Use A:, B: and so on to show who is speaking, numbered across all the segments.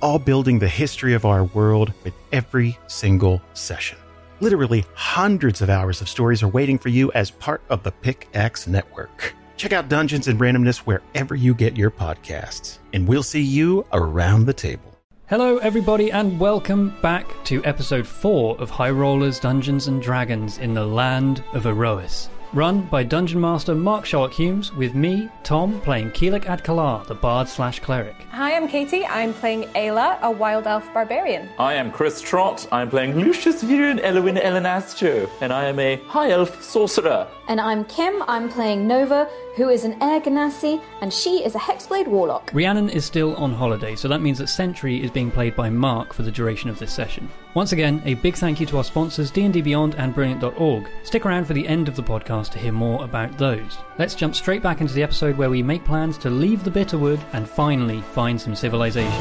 A: all building the history of our world with every single session. Literally hundreds of hours of stories are waiting for you as part of the Pickaxe Network. Check out Dungeons and Randomness wherever you get your podcasts, and we'll see you around the table.
B: Hello, everybody, and welcome back to episode 4 of High Rollers Dungeons and Dragons in the Land of Erois. Run by Dungeon Master Mark Sherlock Humes, with me, Tom, playing Keelik Adkalar, the bard slash cleric.
C: Hi, I'm Katie. I'm playing Ayla, a wild elf barbarian.
D: I am Chris Trott. I'm playing Lucius Viren Elwin Elenastro, and I am a high elf sorcerer.
E: And I'm Kim. I'm playing Nova, who is an Air Ganassi, and she is a Hexblade Warlock.
B: Rhiannon is still on holiday, so that means that Sentry is being played by Mark for the duration of this session. Once again, a big thank you to our sponsors D&D Beyond and Brilliant.org. Stick around for the end of the podcast to hear more about those. Let's jump straight back into the episode where we make plans to leave the Bitterwood and finally find some civilization.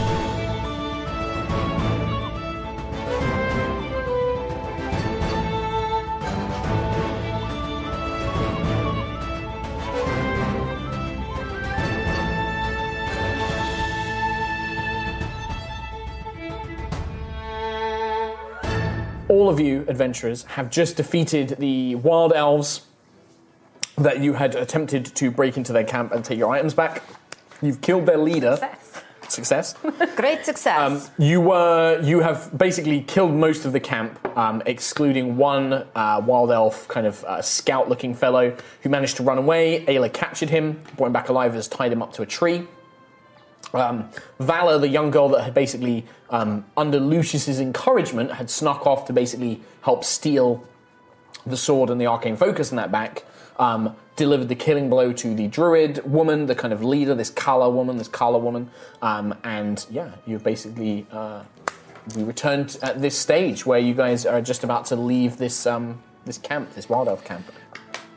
F: all of you adventurers have just defeated the wild elves that you had attempted to break into their camp and take your items back. You've killed their leader. Success.
G: Great
F: Um,
G: success.
F: you were. You have basically killed most of the camp, um, excluding one uh, wild elf kind of uh, scout-looking fellow who managed to run away. Ayla captured him, brought him back alive, has tied him up to a tree. Um, Valor, the young girl that had basically, um, under Lucius's encouragement, had snuck off to basically help steal the sword and the arcane focus in that back, um, delivered the killing blow to the druid woman, the kind of leader, this Kala woman, this Kala woman, um, and yeah, you've basically uh, we returned at this stage where you guys are just about to leave this um, this camp, this wild elf camp.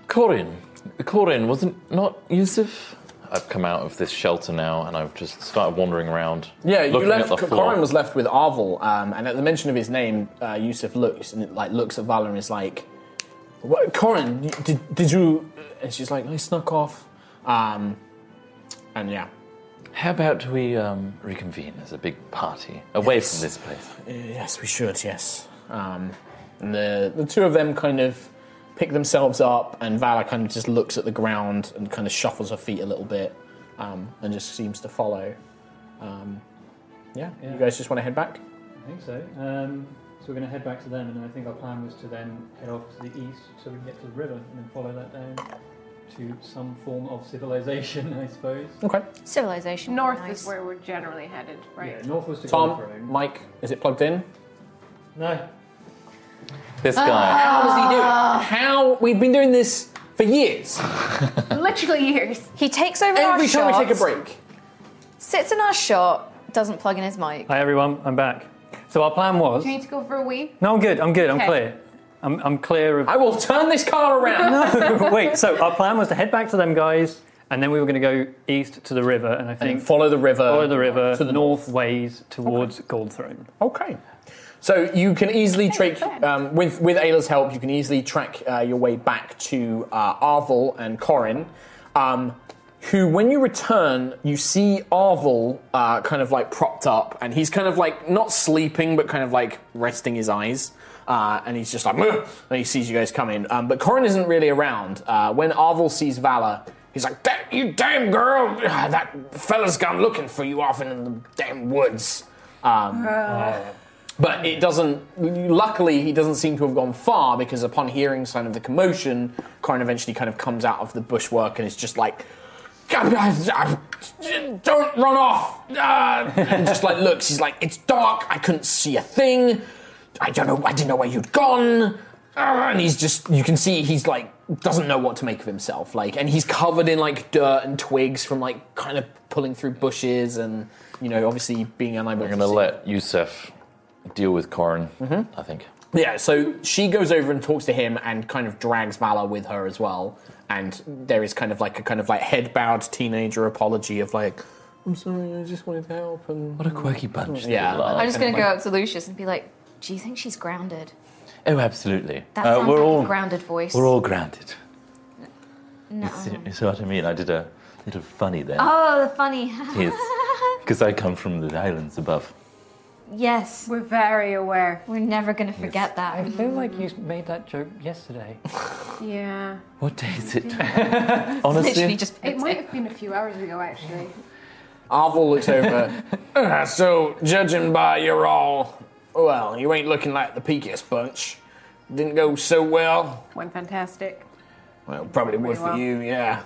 D: Corin. Corin, wasn't not Yusuf? I've come out of this shelter now, and I've just started wandering around.
F: Yeah, you
D: looking
F: left.
D: At the floor.
F: Corin was left with Arvel, um, and at the mention of his name, uh, Yusuf looks and like looks at Valor and is like, "What, Corin? you- Did, did you?" And she's like, "I snuck off." Um, and yeah,
D: How about we um, reconvene as a big party away from this place?
F: Yes, we should. Yes. Um, and the the two of them kind of pick themselves up, and Vala kind of just looks at the ground and kind of shuffles her feet a little bit, um, and just seems to follow. Um, yeah, You guys just want to head back?
B: I think so. Um, so we're going to head back to them, and I think our plan was to then head off to the east so we can get to the river and then follow that down to some form of civilization, I suppose.
F: Okay.
G: Civilization.
C: North
G: Nice.
C: is where we're generally headed, right?
B: Yeah, north was to
F: Tom,
B: Gondrome.
F: Mike, is it plugged in?
B: No,
D: This guy.
F: How does he do it? How we've been doing this for years.
C: Literally years.
G: He takes over our
F: Every time we
G: shot,
F: take a break.
G: Sits in our shot, doesn't plug in his mic.
H: Hi everyone, I'm back. So our plan was.
C: Do you need to go for a wee?
H: No, I'm good. I'm good. I'm
C: Okay.
H: clear. I'm, I'm clear of.
F: I will turn this car around.
H: Wait. So our plan was to head back to them guys, and then we were going to go east to the river, and I think
F: And follow the river.
H: follow the river
F: to the
H: north ways towards Gold Throne.
F: Okay. So you can easily track um, with with Ayla's help. You can easily track uh, your way back to uh, Arvel and Corin, um, who, when you return, you see Arvel uh, kind of like propped up, and he's kind of like not sleeping, but kind of like resting his eyes. Uh, and he's just like, "Meh," and he sees you guys coming. Um, but Corin isn't really around. Uh, when Arvel sees Valor, he's like, "Da- You damn girl! Ah, That fella's gone looking for you off in the damn woods. Um, but it doesn't. Luckily, he doesn't seem to have gone far because upon hearing sign of the commotion, Corin eventually kind of comes out of the bushwork and is just like, "God, I- I- "Don't run off!" Ah," and just like looks, he's like, "It's dark. I couldn't see a thing. I don't know. I didn't know where you'd gone." Ah, And he's just. You can see he's like doesn't know what to make of himself. Like, and he's covered in like dirt and twigs from like kind of pulling through bushes and you know obviously being unable.
D: We're
F: to
D: going to
F: see.
D: let Yusef deal with Corin,
F: Mm-hmm.
D: I think.
F: Yeah, so she goes over and talks to him and kind of drags Valor with her as well. And there is kind of like a kind of like head bowed teenager apology of like, I'm sorry, I just wanted to help. And
D: What a quirky bunch. they
F: Yeah.
D: are.
I: I'm just going to go up to Lucius and be like, do you think she's grounded?
D: Oh, absolutely.
G: That
D: Uh,
G: sounds
D: we're
G: like
D: all
G: a grounded voice.
D: We're all grounded.
G: No.
D: You see, you see what I mean? I did a little funny there.
G: Oh, the funny.
D: Yes. Because I come from the islands above.
G: yes,
C: We're very aware.
G: we're never going to forget
B: I
G: that.
B: feel like you made that joke yesterday.
C: Yeah.
D: What day is it? Honestly,
I: Literally just
C: It might have been a few hours ago, actually.
F: Arvel looks over. "Uh, so, judging by your all, well, you ain't looking like the peakiest bunch. Didn't go so well.
C: Went fantastic.
F: Well, probably would
C: Pretty
F: for
C: well.
F: you, yeah.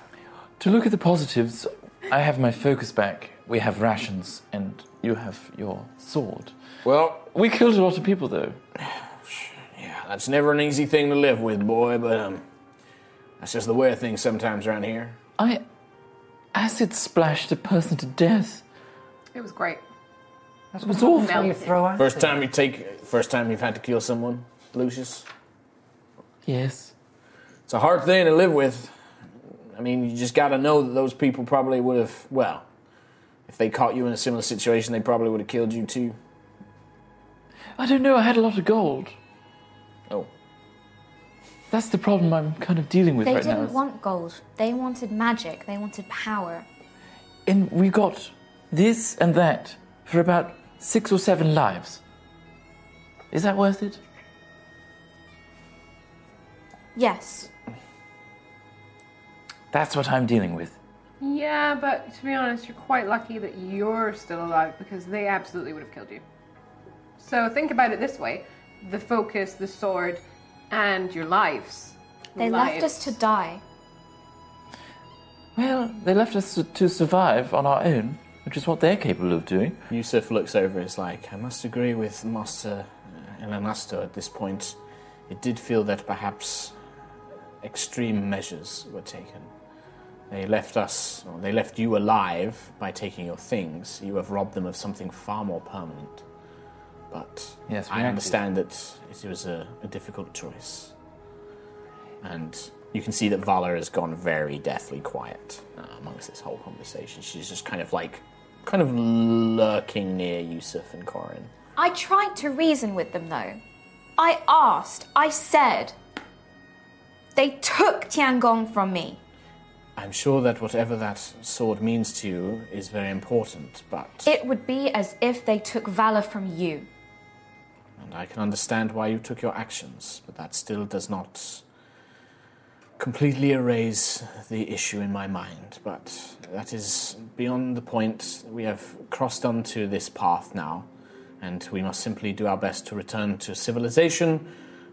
D: to look at the positives, I have my focus back. We have rations, and you have your sword.
F: Well,
D: We killed a lot of people, though.
F: that's never an easy thing to live with, boy, but um, that's just the way of things sometimes around here.
D: I acid splashed a person to death.
C: It was great.
D: It was awful.
C: Mel.
B: You throw out.
F: First time you take, first time you've had to kill someone, Lucius.
D: Yes.
F: It's a hard thing to live with. I mean, you just got to know that those people probably would have. Well, if they caught you in a similar situation, they probably would have killed you too.
D: I don't know. I had a lot of gold.
F: Oh,
D: That's the problem I'm kind of dealing with
G: They
D: right now.
G: didn't want gold. They wanted magic. They wanted power.
D: and we got this and that for about six or seven lives. Is that worth it?
G: Yes.
D: That's what I'm dealing with.
C: Yeah, but to be honest, you're quite lucky that you're still alive because they absolutely would have killed you. So think about it this way the focus, the sword, and your lives.
G: They left us to
C: Lives.
G: die.
D: Well, they left us to- to survive on our own, which is what they're capable of doing.
F: Yusuf looks over. It's like I must agree with Master Elanasto at this point. It did feel that perhaps extreme measures were taken. They left us, or they left you alive by taking your things. You have robbed them of something far more permanent. But
D: Yes, we
F: I
D: have to.
F: understand that it was a, a difficult choice. And you can see that Vala has gone very deathly quiet uh, amongst this whole conversation. She's just kind of like, kind of lurking near Yusuf and Corin.
G: I tried to reason with them, though. I asked. I said. They took Tiangong from me.
F: I'm sure that whatever that sword means to you is very important, but.
G: It would be as if they took valor from you.
F: And I can understand why you took your actions, but that still does not completely erase the issue in my mind. But that is beyond the point. We have crossed onto this path now, and we must simply do our best to return to civilization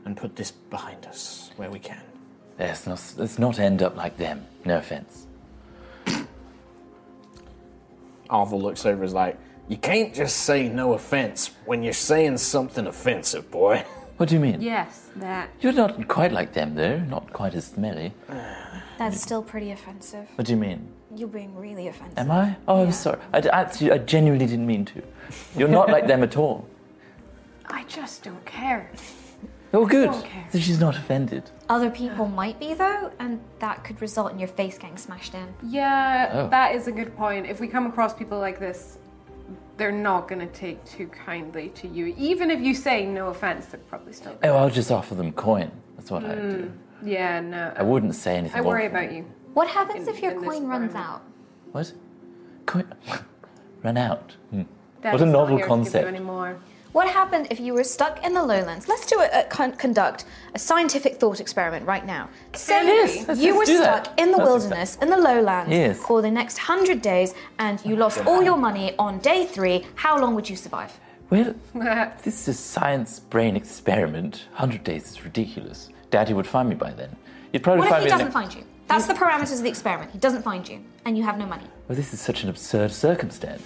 F: and put this behind us where we can.
D: Let's not, let's not end up like them. No offense.
F: Arvel looks over is like, You can't just say no offense when you're saying something offensive, boy.
D: What do you mean?
C: Yes, that.
D: You're not quite like them, though. Not quite as smelly.
G: That's still pretty offensive.
D: What do you mean?
G: You're being really offensive.
D: Am I? Oh, I'm sorry. I, d- actually, I genuinely didn't mean to. You're not like them at all.
C: I just don't care.
D: You're Oh, good.
C: don't care.
D: So she's not offended.
G: Other people might be, though, and that could result in your face getting smashed in.
C: Yeah,
D: Oh.
C: that is a good point. If we come across people like this, they're not going to take too kindly to you. Even if you say no offense, they're probably still.
D: Oh, I'll just offer them coin. That's what I do.
C: Yeah, no.
D: I wouldn't say anything.
C: Mm. I worry
D: awful.
C: about you.
G: What happens
C: In-
G: if your
C: in this
G: coin runs
C: environment.
G: out?
D: What? Coin? Run out. Hmm.
C: Dad
D: What a
C: is not here to
D: novel
C: give you
D: concept.
C: anymore.
G: What happened if you were stuck in the lowlands? Let's do a, a con- conduct a scientific thought experiment right now. Say
C: yes,
D: let's-
G: you
D: let's
G: were
D: do that.
G: stuck in the
D: That's
G: wilderness, in the lowlands,
D: Yes. Oh
G: for the next hundred days, and you lost all your money on day three. How long would you survive?
D: Well, this is science brain experiment. 100 days is ridiculous. Daddy would find me by then. You'd probably
G: What if
D: find
G: he
D: me. in
G: doesn't
D: the-
G: find you? That's the parameters of the experiment. He doesn't find you, and you have no money.
D: Well, this is such an absurd circumstance.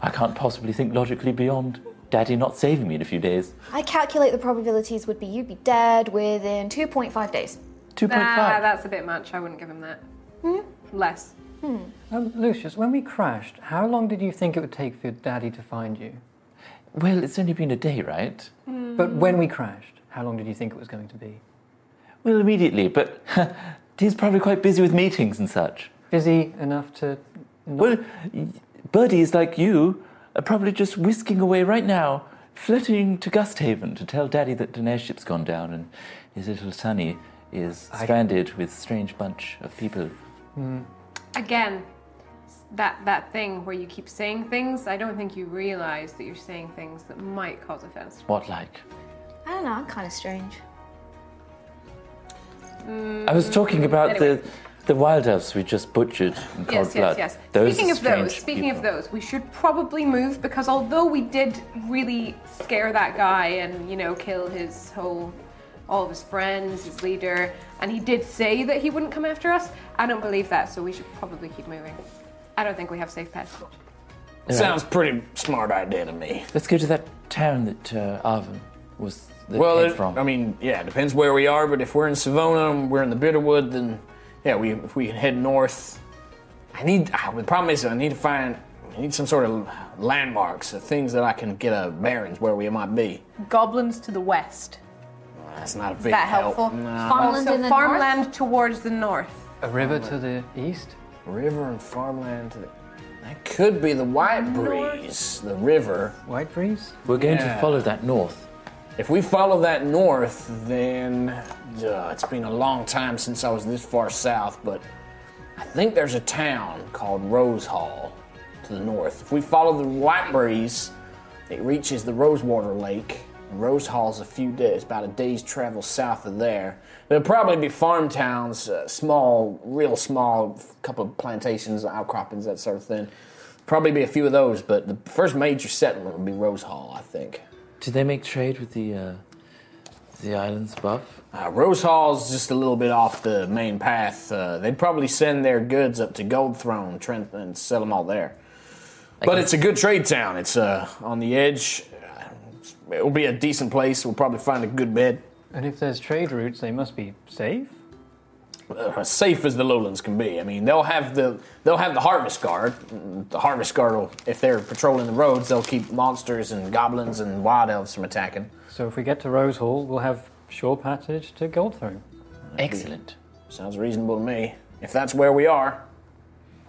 D: I can't possibly think logically beyond Daddy not saving me in a few days.
G: I calculate the probabilities would be you'd be dead within 2.5 days.
B: Two point
C: Nah,
B: five.
C: that's a bit much. I wouldn't give him that. Less.
B: Um, Lucius, when we crashed, how long did you think it would take for your daddy to find you?
D: Well, it's only been a day, right?
B: But when we crashed, how long did you think it was going to be?
D: Well, immediately, but he's probably quite busy with meetings and such.
B: Busy enough to.
D: Well, birdies like you are probably just whisking away right now, flitting to Gusthaven to tell Daddy that Diner's ship's gone down and his little sonny is stranded with strange bunch of people.
C: Again, s- that that thing where you keep saying things. I don't think you realize that you're saying things that might cause offense.
D: What like?
I: I don't know, I'm kind of strange.
D: I was talking about
C: anyway.
D: the the wild elves we just butchered in cold
C: Yes,
D: blood.
C: yes, yes.
D: Those
C: speaking
D: are
C: of those,
D: strange
C: speaking of
D: people.
C: those, we should probably move because although we did really scare that guy and you know kill his whole, all of his friends, his leader, and he did say that he wouldn't come after us. I don't believe that, so we should probably keep moving. I don't think we have safe passage.
F: Sounds pretty smart idea to me.
D: Let's go to that town that uh, Arvin was that
F: Well,
D: came
F: it-
D: from.
F: I mean, yeah, it depends where we are, but if we're in Savona and we're in the Bitterwood, then yeah, we if we can head north. I need. ah, The problem is, I need to find. I need some sort of landmarks, or things that I can get a bearings where we might be.
C: Goblins to the west.
F: That's not a big
J: that
F: help.
J: helpful?
D: Uh,
F: Nah.
I: Farmland
C: Oh, so
D: oh,
I: in the
C: farmland
I: north?
C: towards the north.
B: A river to the east?
F: River and farmland. To the, that could be the White Breeze, the river.
B: White breeze?
D: We're going
F: Yeah.
D: to follow that north.
F: If we follow that north, then uh, it's been a long time since I was this far south, but I think there's a town called Rose Hall to the north. If we follow the White Breeze, it reaches the Rosewater Lake. and Rose Hall's a few days, about a day's travel south of there. There'll probably be farm towns, uh, small, real small, couple of plantations, outcroppings, that sort of thing. Probably be a few of those, but the first major settlement would be Rose Hall, I think.
D: Did they make trade with the uh, the islands above?
F: Uh, Rose Hall's just a little bit off the main path. Uh, they'd probably send their goods up to Gold Throne Trent, and sell them all there. But it's a good trade town. It's uh, on the edge. It'll be a decent place. We'll probably find a good bed.
B: And if there's trade routes, they must be safe?
F: Uh, safe as the lowlands can be. I mean, they'll have the they'll have the harvest guard. Mm, The harvest guard will, if they're patrolling the roads, they'll keep monsters and goblins and wild elves from attacking.
B: So if we get to Rose Hall, we'll have shore passage to Goldthrone,
D: Excellent.
F: Sounds reasonable to me. If that's where we are,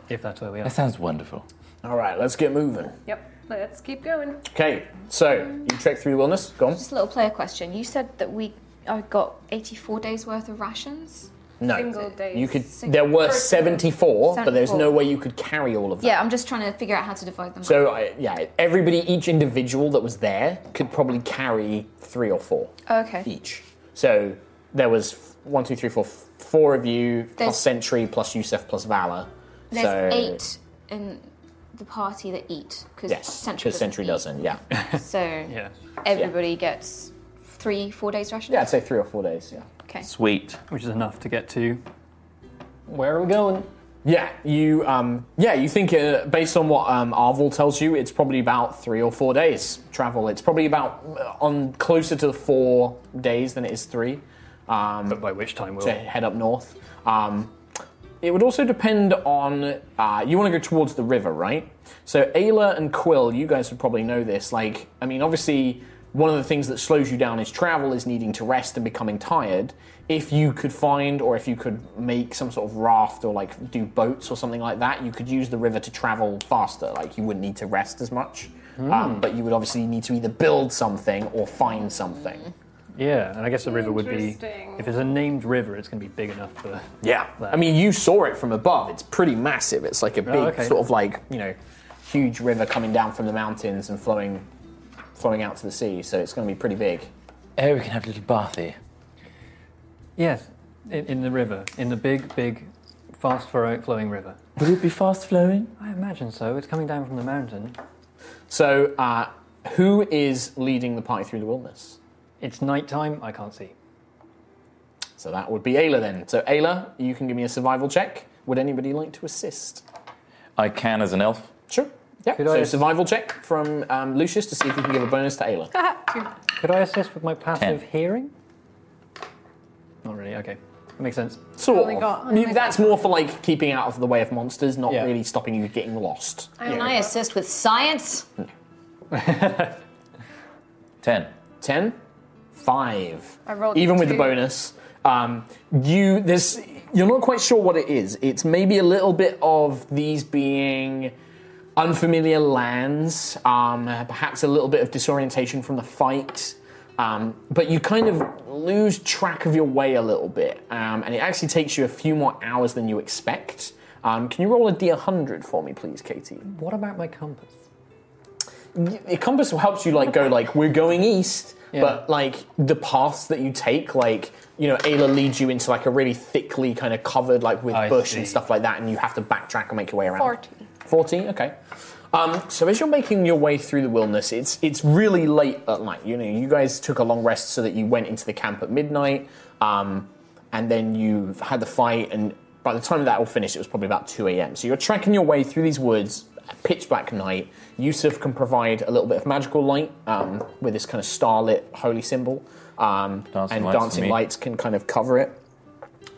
B: if that's where we
D: That
B: are.
D: sounds wonderful.
F: all right, let's get moving.
C: Yep. Let's keep going.
F: Okay, so you trek through wilderness. Go on.
G: Just a little player question. You said that we I got 84 days worth of rations.
F: No.
C: Single days.
F: You could.
G: Single-
F: there were
G: Or-
F: 74, but there's
G: 74.
F: no way you could carry all of them.
G: Yeah, I'm just trying to figure out how to divide them.
F: So I, yeah, everybody, each individual that was there could probably carry three or four
G: okay.
F: each. So there was f- one, two, three, four, f- four of you
G: There's-
F: plus Sentry plus Yusef plus Valor.
G: There's
F: so,
G: eight in the party that eat because
F: Yes, because Sentry doesn't. Yeah,
G: So
B: Yeah.
G: everybody gets three, four days rations.
F: yeah, I'd say three or four days. Yeah.
G: Okay.
D: Sweet.
B: Which is enough to get to. Where are we going?
F: Yeah, you. Um, yeah, you think uh, based on what um, Arvel tells you, it's probably about three or four days travel. It's probably about uh, on closer to four days than it is three. Um,
B: But by which time we'll.
F: to head up north. Um, it would also depend on uh, you want to go towards the river, right? So Ayla and Quill, you guys would probably know this. Like, I mean, obviously, one of the things that slows you down is travel is needing to rest and becoming tired. If you could find, or if you could make some sort of raft, or like do boats or something like that, you could use the river to travel faster. Like, you wouldn't need to rest as much. Um, but you would obviously need to either build something or find something.
B: Yeah, and I guess the river would be.
C: Interesting.
B: If it's a named river, it's going to be big enough for.
F: Yeah.
B: That.
F: I mean, you saw it from above. It's pretty massive. It's like a big,
B: okay.
F: sort of like, Oh, you know, huge river coming down from the mountains and flowing flowing out to the sea. So it's going to be pretty big.
D: Oh, we can have a little bath here.
B: Yes, in, in the river. In the big, big, fast flow- flowing river.
D: Would it be fast flowing?
B: I imagine so. It's coming down from the mountain.
F: So, uh, who is leading the party through the wilderness?
B: It's nighttime. I can't see.
F: So that would be Ayla then. So, Ayla, you can give me a survival check. Would anybody like to assist?
D: I can as an elf.
F: Sure. Yeah.
B: Could
F: so,
B: I ass-
F: survival check from um, Lucius to see if you can give a bonus to Ayla.
B: Could I assist with my passive hearing? Not really. Okay. Makes sense.
F: Sort
C: Only
F: of.
C: got-
F: You-
C: only
F: that's more for like keeping out of the way of monsters, not
B: Yeah.
F: really stopping you getting lost.
I: Can I assist with science?
D: Ten.
F: 10 5
C: I rolled
F: even
C: a
F: with the
C: two.
F: bonus um, you this you're not quite sure what it is it's maybe a little bit of these being unfamiliar lands um, perhaps a little bit of disorientation from the fight um, but you kind of lose track of your way a little bit um, and it actually takes you a few more hours than you expect um, can you roll a d100 for me please katie
B: What about my compass?
F: the compass helps you like go like we're going east
B: Yeah.
F: but like the paths that you take like you know ayla leads you into like a really thickly kind of covered like with
B: I
F: bush
B: see.
F: and stuff like that and you have to backtrack and make your way around
C: 40.
F: 40 okay um, so as you're making your way through the wilderness it's it's really late at night you know you guys took a long rest so that you went into the camp at midnight um, and then you had the fight and by the time that all finished it was probably about 2 a.m so you're trekking your way through these woods at pitch black night yusuf can provide a little bit of magical light um, with this kind of starlit holy symbol um,
D: Dancing
F: and
D: lights for
F: dancing
D: me.
F: lights can kind of cover it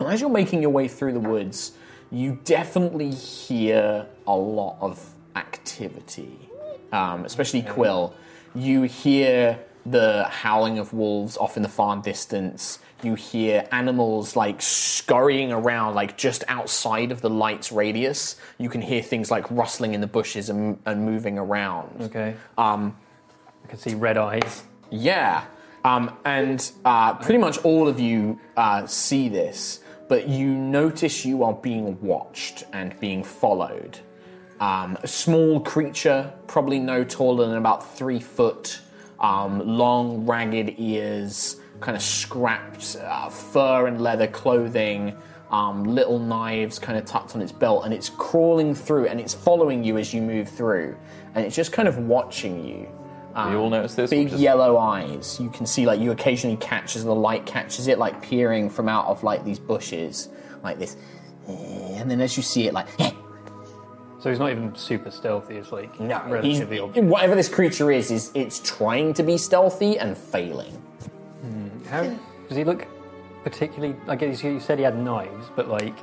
F: and as you're making your way through the woods, you definitely hear a lot of activity, um, especially Quill. You hear the howling of wolves off in the far distance. You hear animals like scurrying around, like just outside of the light's radius. You can hear things like rustling in the bushes and, and moving around.
B: Okay.
F: Um,
B: I can see red eyes.
F: yeah. Um, and uh, pretty much all of you uh, see this, but you notice you are being watched and being followed. Um, a small creature, probably no taller than about three foot, um, long, ragged ears, kind of scrapped uh, fur and leather clothing, um, little knives kind of tucked on its belt, and it's crawling through and it's following you as you move through, and it's just kind of watching you.
D: We all notice this.
F: Ah. Big
D: We'll just-
F: yellow eyes. You can see like you occasionally catch as the light catches it, like peering from out of like these bushes, like this. And then as you see it, like
B: So he's not even super stealthy. It's like
F: he's-
B: relatively obvious.
F: whatever this creature is, is it's trying to be stealthy and failing.
B: How does he look? Particularly, I guess you said he had knives, but like,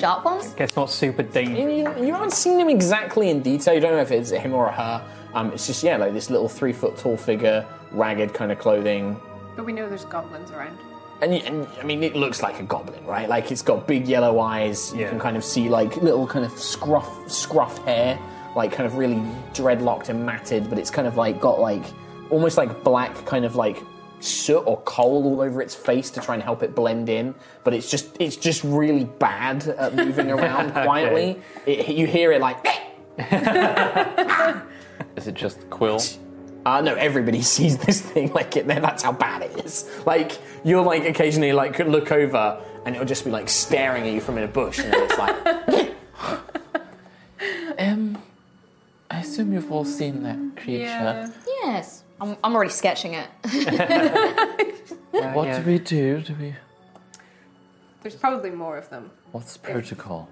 I: Sharp ones?
B: I guess not super dangerous.
F: You, you haven't seen him exactly in detail. You don't know if it's him or her. Um, it's just yeah, like this little three foot tall figure, ragged kind of clothing,
C: But we know there's goblins around.
F: And, y- and I mean, it looks like a goblin, right? Like it's got big yellow eyes. You
B: Yeah.
F: can kind of see like little kind of scruff, scruff hair, like kind of really dreadlocked and matted. But it's kind of like got like almost like black kind of like soot or coal all over its face to try and help it blend in. But it's just it's just really bad at moving around quietly. It, you hear it like.
D: Is it just Quill?
F: Uh, no, everybody sees this thing like it. That's how bad it is. Like you'll like occasionally like could look over and it'll just be like staring at you from in a bush, and then it's like
D: Um, I assume you've all seen that creature.
I: Yes. I'm, I'm already sketching it.
D: What do we do? Do we?
C: There's probably more of them.
D: What's protocol?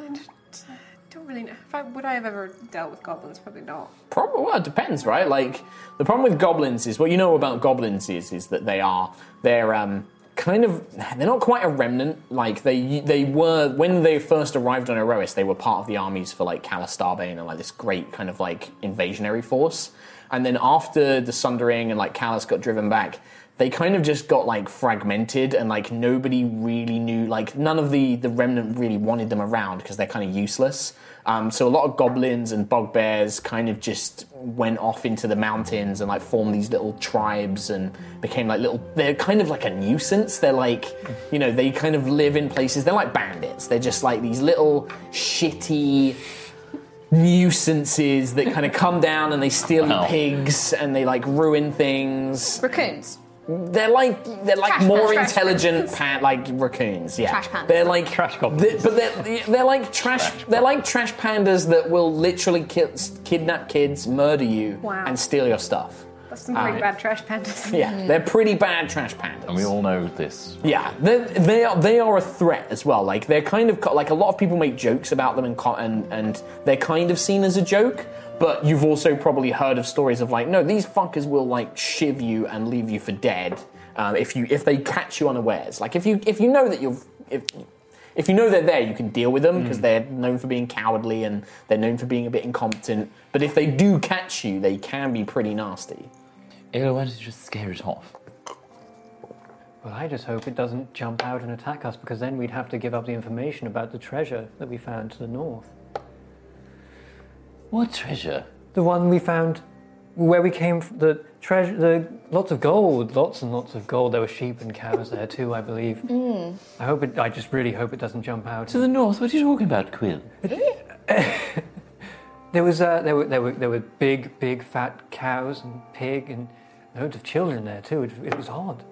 C: I just- I uh, don't really know. If I, would I have ever dealt with goblins? Probably not.
F: probably well, it depends, right? Like the problem with goblins is what you know about goblins is is that they are they're um kind of they're not quite a remnant. Like they they were when they first arrived on Erois, they were part of the armies for like Calistarbane and like this great kind of like invasionary force. And then after the Sundering and like Callus got driven back, they kind of just got like fragmented and like nobody really knew like none of the the remnant really wanted them around because they're kind of useless um, so a lot of goblins and bugbears kind of just went off into the mountains and like formed these little tribes and became like little they're kind of like a nuisance they're like you know they kind of live in places they're like bandits they're just like these little shitty nuisances that kind of come down and they steal
D: Wow.
F: pigs and they like ruin things
I: Raccoons.
F: they're like they're like
I: Trash
F: more
I: pandas.
F: intelligent pa- like raccoons. Yeah,
I: Trash pandas.
F: They're like
B: Trash goblins.
F: they- but they're they're like trash.
D: Trash
F: they're like trash pandas that will literally ki- kidnap kids, murder you,
C: Wow.
F: and steal your stuff.
C: That's some pretty
F: Um,
C: bad trash pandas.
F: Yeah,
I: Mm-hmm.
F: they're pretty bad trash pandas.
D: We all know this.
F: Yeah, they they are they are a threat as well. Like they're kind of co- like a lot of people make jokes about them and co- and and they're kind of seen as a joke. But you've also probably heard of stories of like, no, these fuckers will like shiv you and leave you for dead, um, if you if they catch you unawares. Like if you if you know that you've if if you know they're there, you can deal with them because they're known for being cowardly and they're known for being a bit incompetent. But if they do catch you, they can be pretty nasty.
D: Ayla, why don't you just scare it off?
B: Well, I just hope it doesn't jump out and attack us because then we'd have to give up the information about the treasure that we found to the north.
D: What treasure?
B: The one we found where we came from, the treasure, the lots of gold, lots and lots of gold. There were sheep and cows there too, I believe. I hope it, I just really hope it doesn't jump out.
D: To the north? What are you talking about, Quill?
B: There was uh, there were there were there were big big fat cows and pig and loads of children there too. It, it was odd.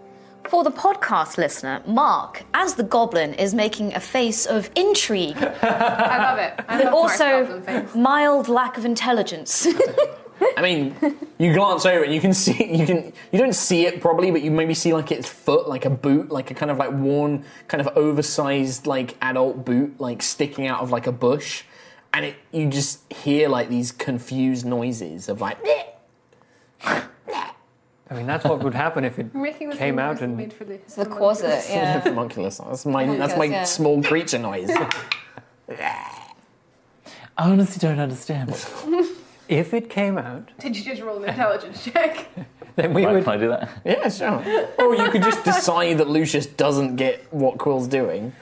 I: For the podcast listener, Mark, as the goblin, is making a face of intrigue,
C: I love it. I
I: but
C: love Mark's
I: also
C: goblin face.
I: mild lack of intelligence.
F: I mean, you glance over and you can see you can you don't see it probably, but you maybe see like its foot, like a boot, like a kind of like worn, kind of oversized like adult boot, like sticking out of like a bush, and it you just hear like these confused noises of like.
B: I mean, that's what would happen if it
C: Making the
B: came
C: same
B: out
C: noise
B: and
C: made for the,
I: the quasar, yeah.
F: Homunculus. That's my that's my
I: yeah.
F: small creature noise.
D: I honestly don't understand.
B: if it came out,
C: Did you just roll an intelligence check?
B: then we
D: Right,
B: would.
D: can I do that?
F: yeah, sure. Or you could just decide that Lucius doesn't get what Quill's doing.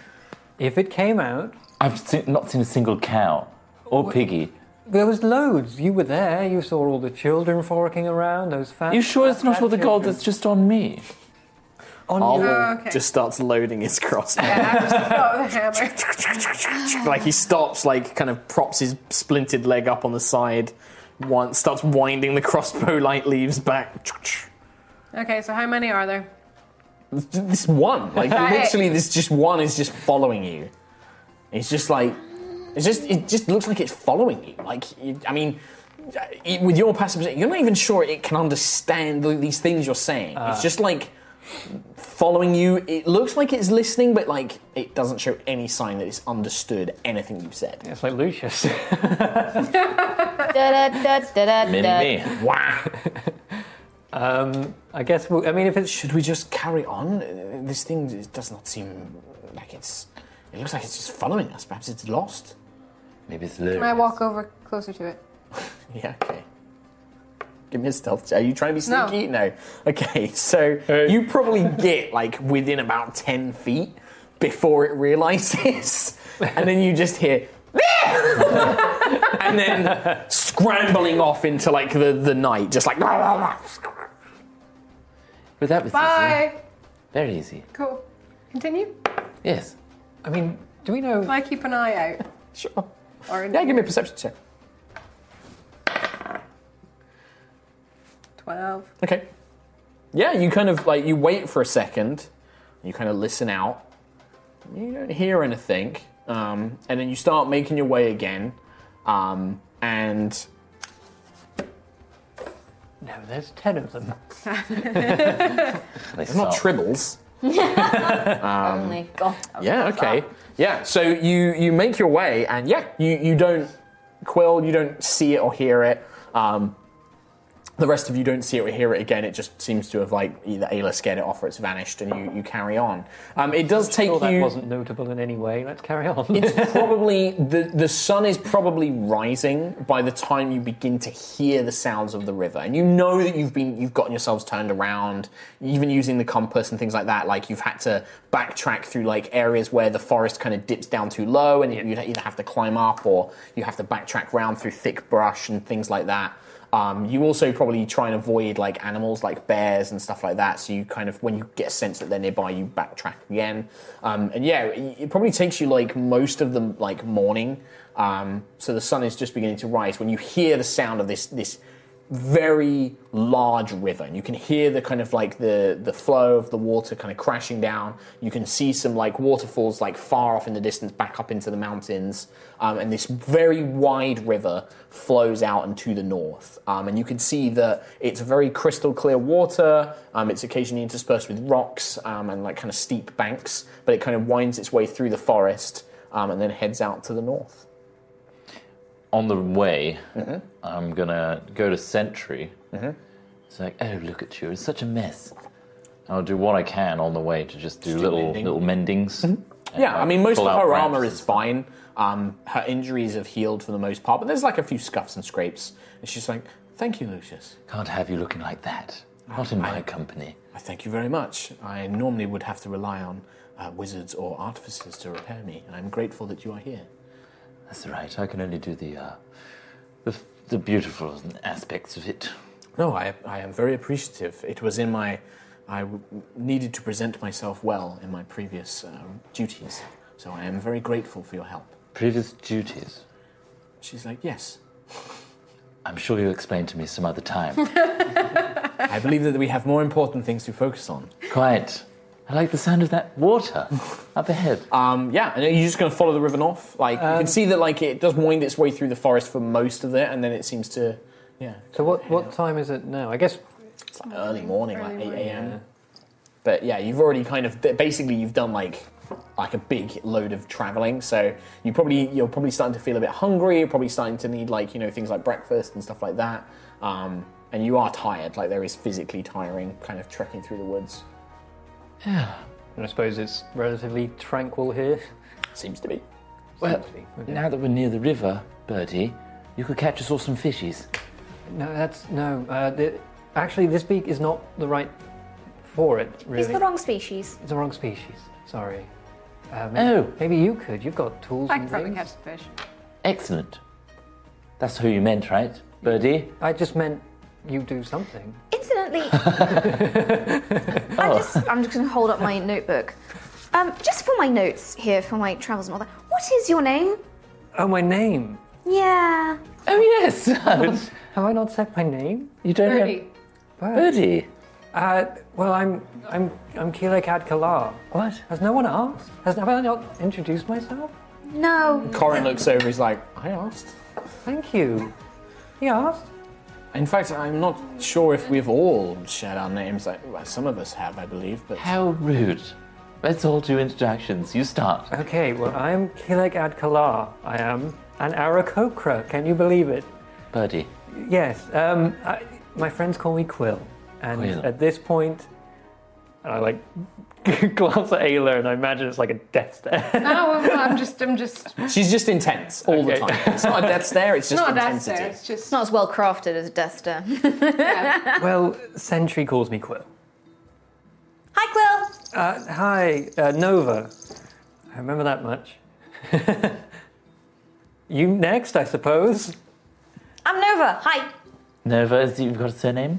B: If it came out,
D: I've se- not seen a single cow or piggy.
B: there was loads. You were there. You saw all the children frolicking around. Those fat.
D: You sure it's not
B: fat
D: all the gold
B: children.
D: that's Oh. just on me?
B: on
F: Arvel
B: you?
C: okay.
F: just starts loading his crossbow.
C: oh, the hammer.
F: like he stops, like kind of props his splintered leg up on the side, once starts winding the crossbow light leaves back.
C: Okay, so how many are there?
F: This one, like
C: Right.
F: literally, this just one is just following you. It's just like it's just it just looks like it's following you. Like you, I mean. it- With your passive, perception, you're not even sure it can understand the- these things you're saying. it's just like following you. It looks like it's listening, but like it doesn't show any sign that it's understood anything you've said.
B: It's like Lucius.
I: da, da, da, da, da, da.
D: Mini me.
F: Wow.
B: um, I guess. We'll, I mean, if it's
F: Should we just carry on? Uh, This thing is- does not seem like it's. It looks like it's just following us. Perhaps it's lost.
D: Maybe it's Lou.
C: Can I walk over closer to it?
F: Yeah. Okay. Give me a stealth. check. Are you trying to be
C: No.
F: sneaky? No. Okay. So you probably get like within about ten feet before it realizes, and then you just hear. "Ah!" and then scrambling off into like the, the night, just like "Ah,
D: But that was easy.
C: Bye.
D: Very easy.
C: Cool. Continue.
D: Yes.
B: I mean, do we know?
C: I keep an eye out.
F: sure.
C: Or an
F: Yeah, give me a perception check.
C: twelve.
F: Okay. Yeah, you kind of like you wait for a second, you kind of listen out. You don't hear anything, um, and then you start making your way again, um, and
B: No, there's ten of them.
D: They
F: it's not
D: suck.
F: tribbles.
I: Only God.
F: Yeah. Okay. Ah. Yeah. So you you make your way, and yeah, you you don't quill, you don't see it or hear it. Um, the rest of you don't see it or hear it again. It just seems to have like either Ayla scared it off or it's vanished, and you you carry on. Um, it does take
B: Sure, that
F: you.
B: wasn't notable in any way. Let's carry on.
F: probably the, the sun is probably rising by the time you begin to hear the sounds of the river and you know that you've been you've gotten yourselves turned around even using the compass and things like that like you've had to backtrack through like areas where the forest kind of dips down too low and you either have to climb up or you have to backtrack round through thick brush and things like that um, you also probably try and avoid like animals like bears and stuff like that. So you kind of, when you get a sense that they're nearby, you backtrack again. Um, and yeah, it it probably takes you like most of the like morning. Um, so the sun is just beginning to rise when you hear the sound of this this very large river and you can hear the kind of like the the flow of the water kind of crashing down you can see some like waterfalls like far off in the distance back up into the mountains um, and this very wide river flows out and to the north um, and you can see that it's very crystal clear water um, it's occasionally interspersed with rocks um, and like kind of steep banks but it kind of winds its way through the forest um, and then heads out to the north
D: On the way, Mm-hmm. I'm gonna go to Sentry. It's like, oh, look at you. It's such a mess. I'll do what I can on the way to just do Mm-hmm.
F: do
D: little
F: mending.
D: little mendings.
F: Yeah, I mean, most of
D: Pull out
F: her
D: wraps.
F: armor is fine. Um, her injuries have healed for the most part, but there's like a few scuffs and scrapes. And she's like, "Thank you, Lucius.
D: Can't have you looking like that. Not in my company.
F: I thank you very much. I normally would have to rely on uh, wizards or artificers to repair me, and I'm grateful that you are here."
D: That's right. I can only do the uh, the, the beautiful aspects of it.
F: No, I, I am very appreciative. It was in my. I w- needed to present myself well in my previous uh, duties, so I am very grateful for your help.
D: Previous duties.
F: She's like, Yes,
D: I'm sure you'll explain to me some other time.
F: I believe that we have more important things to focus on.
D: Quiet. I like the sound of that water up ahead.
F: Um, yeah, and are you just going to follow the river north? Like, you
B: Um,
F: can see that like it does wind its way through the forest for most of it, and then it seems to. Yeah,
B: So what, what time is it now? I guess
F: it's like early morning,
C: Early
F: like 8
C: morning.
F: a.m. But yeah, you've already kind of basically you've done like like a big load of traveling, so you probably you're probably starting to feel a bit hungry. You're probably starting to need like you know things like breakfast and stuff like that. Um, and you are tired. Like there is physically tiring, kind of trekking through the woods.
B: I suppose it's relatively tranquil here.
F: Seems to be.
D: Well, now that we're near the river, Birdie, you could catch us all some fishies.
B: No, that's no. Uh, the, actually, this beak is not the right for it. Really,
G: He's the wrong species.
B: It's the wrong species. Sorry. Uh, maybe,
D: Oh.
B: maybe you could. You've got tools.
C: I
B: and
C: could probably
B: things.
C: catch the fish.
D: Excellent. That's who you meant, right, Birdie?
B: I just meant you do something.
G: Incidentally, I just, I'm just going to hold up my notebook. Um, just for my notes here, for my travels and all that. What is your name?
B: Oh, my name.
G: Yeah.
D: Oh yes. you
B: Have I not said my name?
D: don't
C: Birdie.
D: have Birdie.
B: Uh, well, I'm I'm I'm Kilekad Kalar.
D: What?
B: Has no one asked? Has have I not introduced myself?
G: No.
F: Corin looks over. He's like, I asked.
B: Thank you. He asked.
F: In fact, I'm not sure if we've all shared our names. Like, well, some of us have, I believe, but
D: How rude. Let's all do introductions. You start.
B: Okay, well, I'm Kilekad Kalar. I am an Arakokra. Can you believe it?
D: Birdie.
B: Yes. Um, I, my friends call me Quill, and
D: Quill.
B: at this point, and I like glance at Ayla, and I imagine it's like a death stare.
C: No, I'm, I'm just, I'm just. It's
F: she's just intense all
B: Okay.
F: the time. It's not a death stare. It's just
C: not that
F: intensity.
C: there. It's just.
I: Not as well crafted as Dester.
B: well, Sentry calls me Quill.
I: Hi, Quill.
B: Uh, hi, uh, Nova. I remember that much. you next, I suppose.
I: I'm Nova. Hi,
D: Nova, is you've got a surname?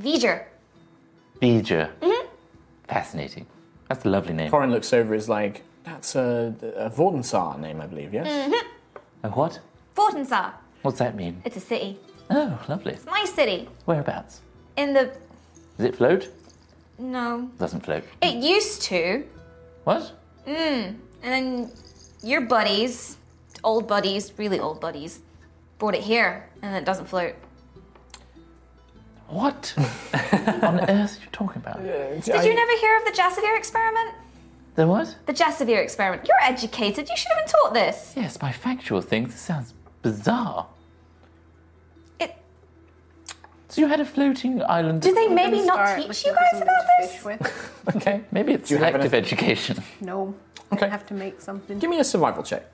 I: V'ger.
D: Beeger. Mm-hmm. Fascinating. That's a lovely name.
F: Corin looks over. Is like, that's a, a Vortensar name, I believe. Yes.
D: A what?
G: Vortensar.
D: What's that mean?
G: It's a city.
D: Oh, lovely.
G: My city.
D: Whereabouts?
G: In the.
D: Does it float?
G: No.
D: Doesn't float.
G: It used to.
D: What?
G: And then your buddies, old buddies, really old buddies, brought it here and it doesn't float.
D: What on earth are you talking about?
F: Uh,
G: Did you never hear of the Jassavir experiment?
D: The what?
G: The Jassavir experiment. You're educated. You should have been taught this.
D: Yes, by factual things, this sounds bizarre.
G: It,
D: So you had a floating island.
G: do they maybe
C: Gonna
G: not
C: start
G: teach
C: looking for
G: you guys
C: something
G: about
C: to
G: this?
C: fish with.
D: Okay, maybe it's
F: you have
D: selective education.
C: No,
F: Okay.
C: I have to make something.
F: Give me a survival check.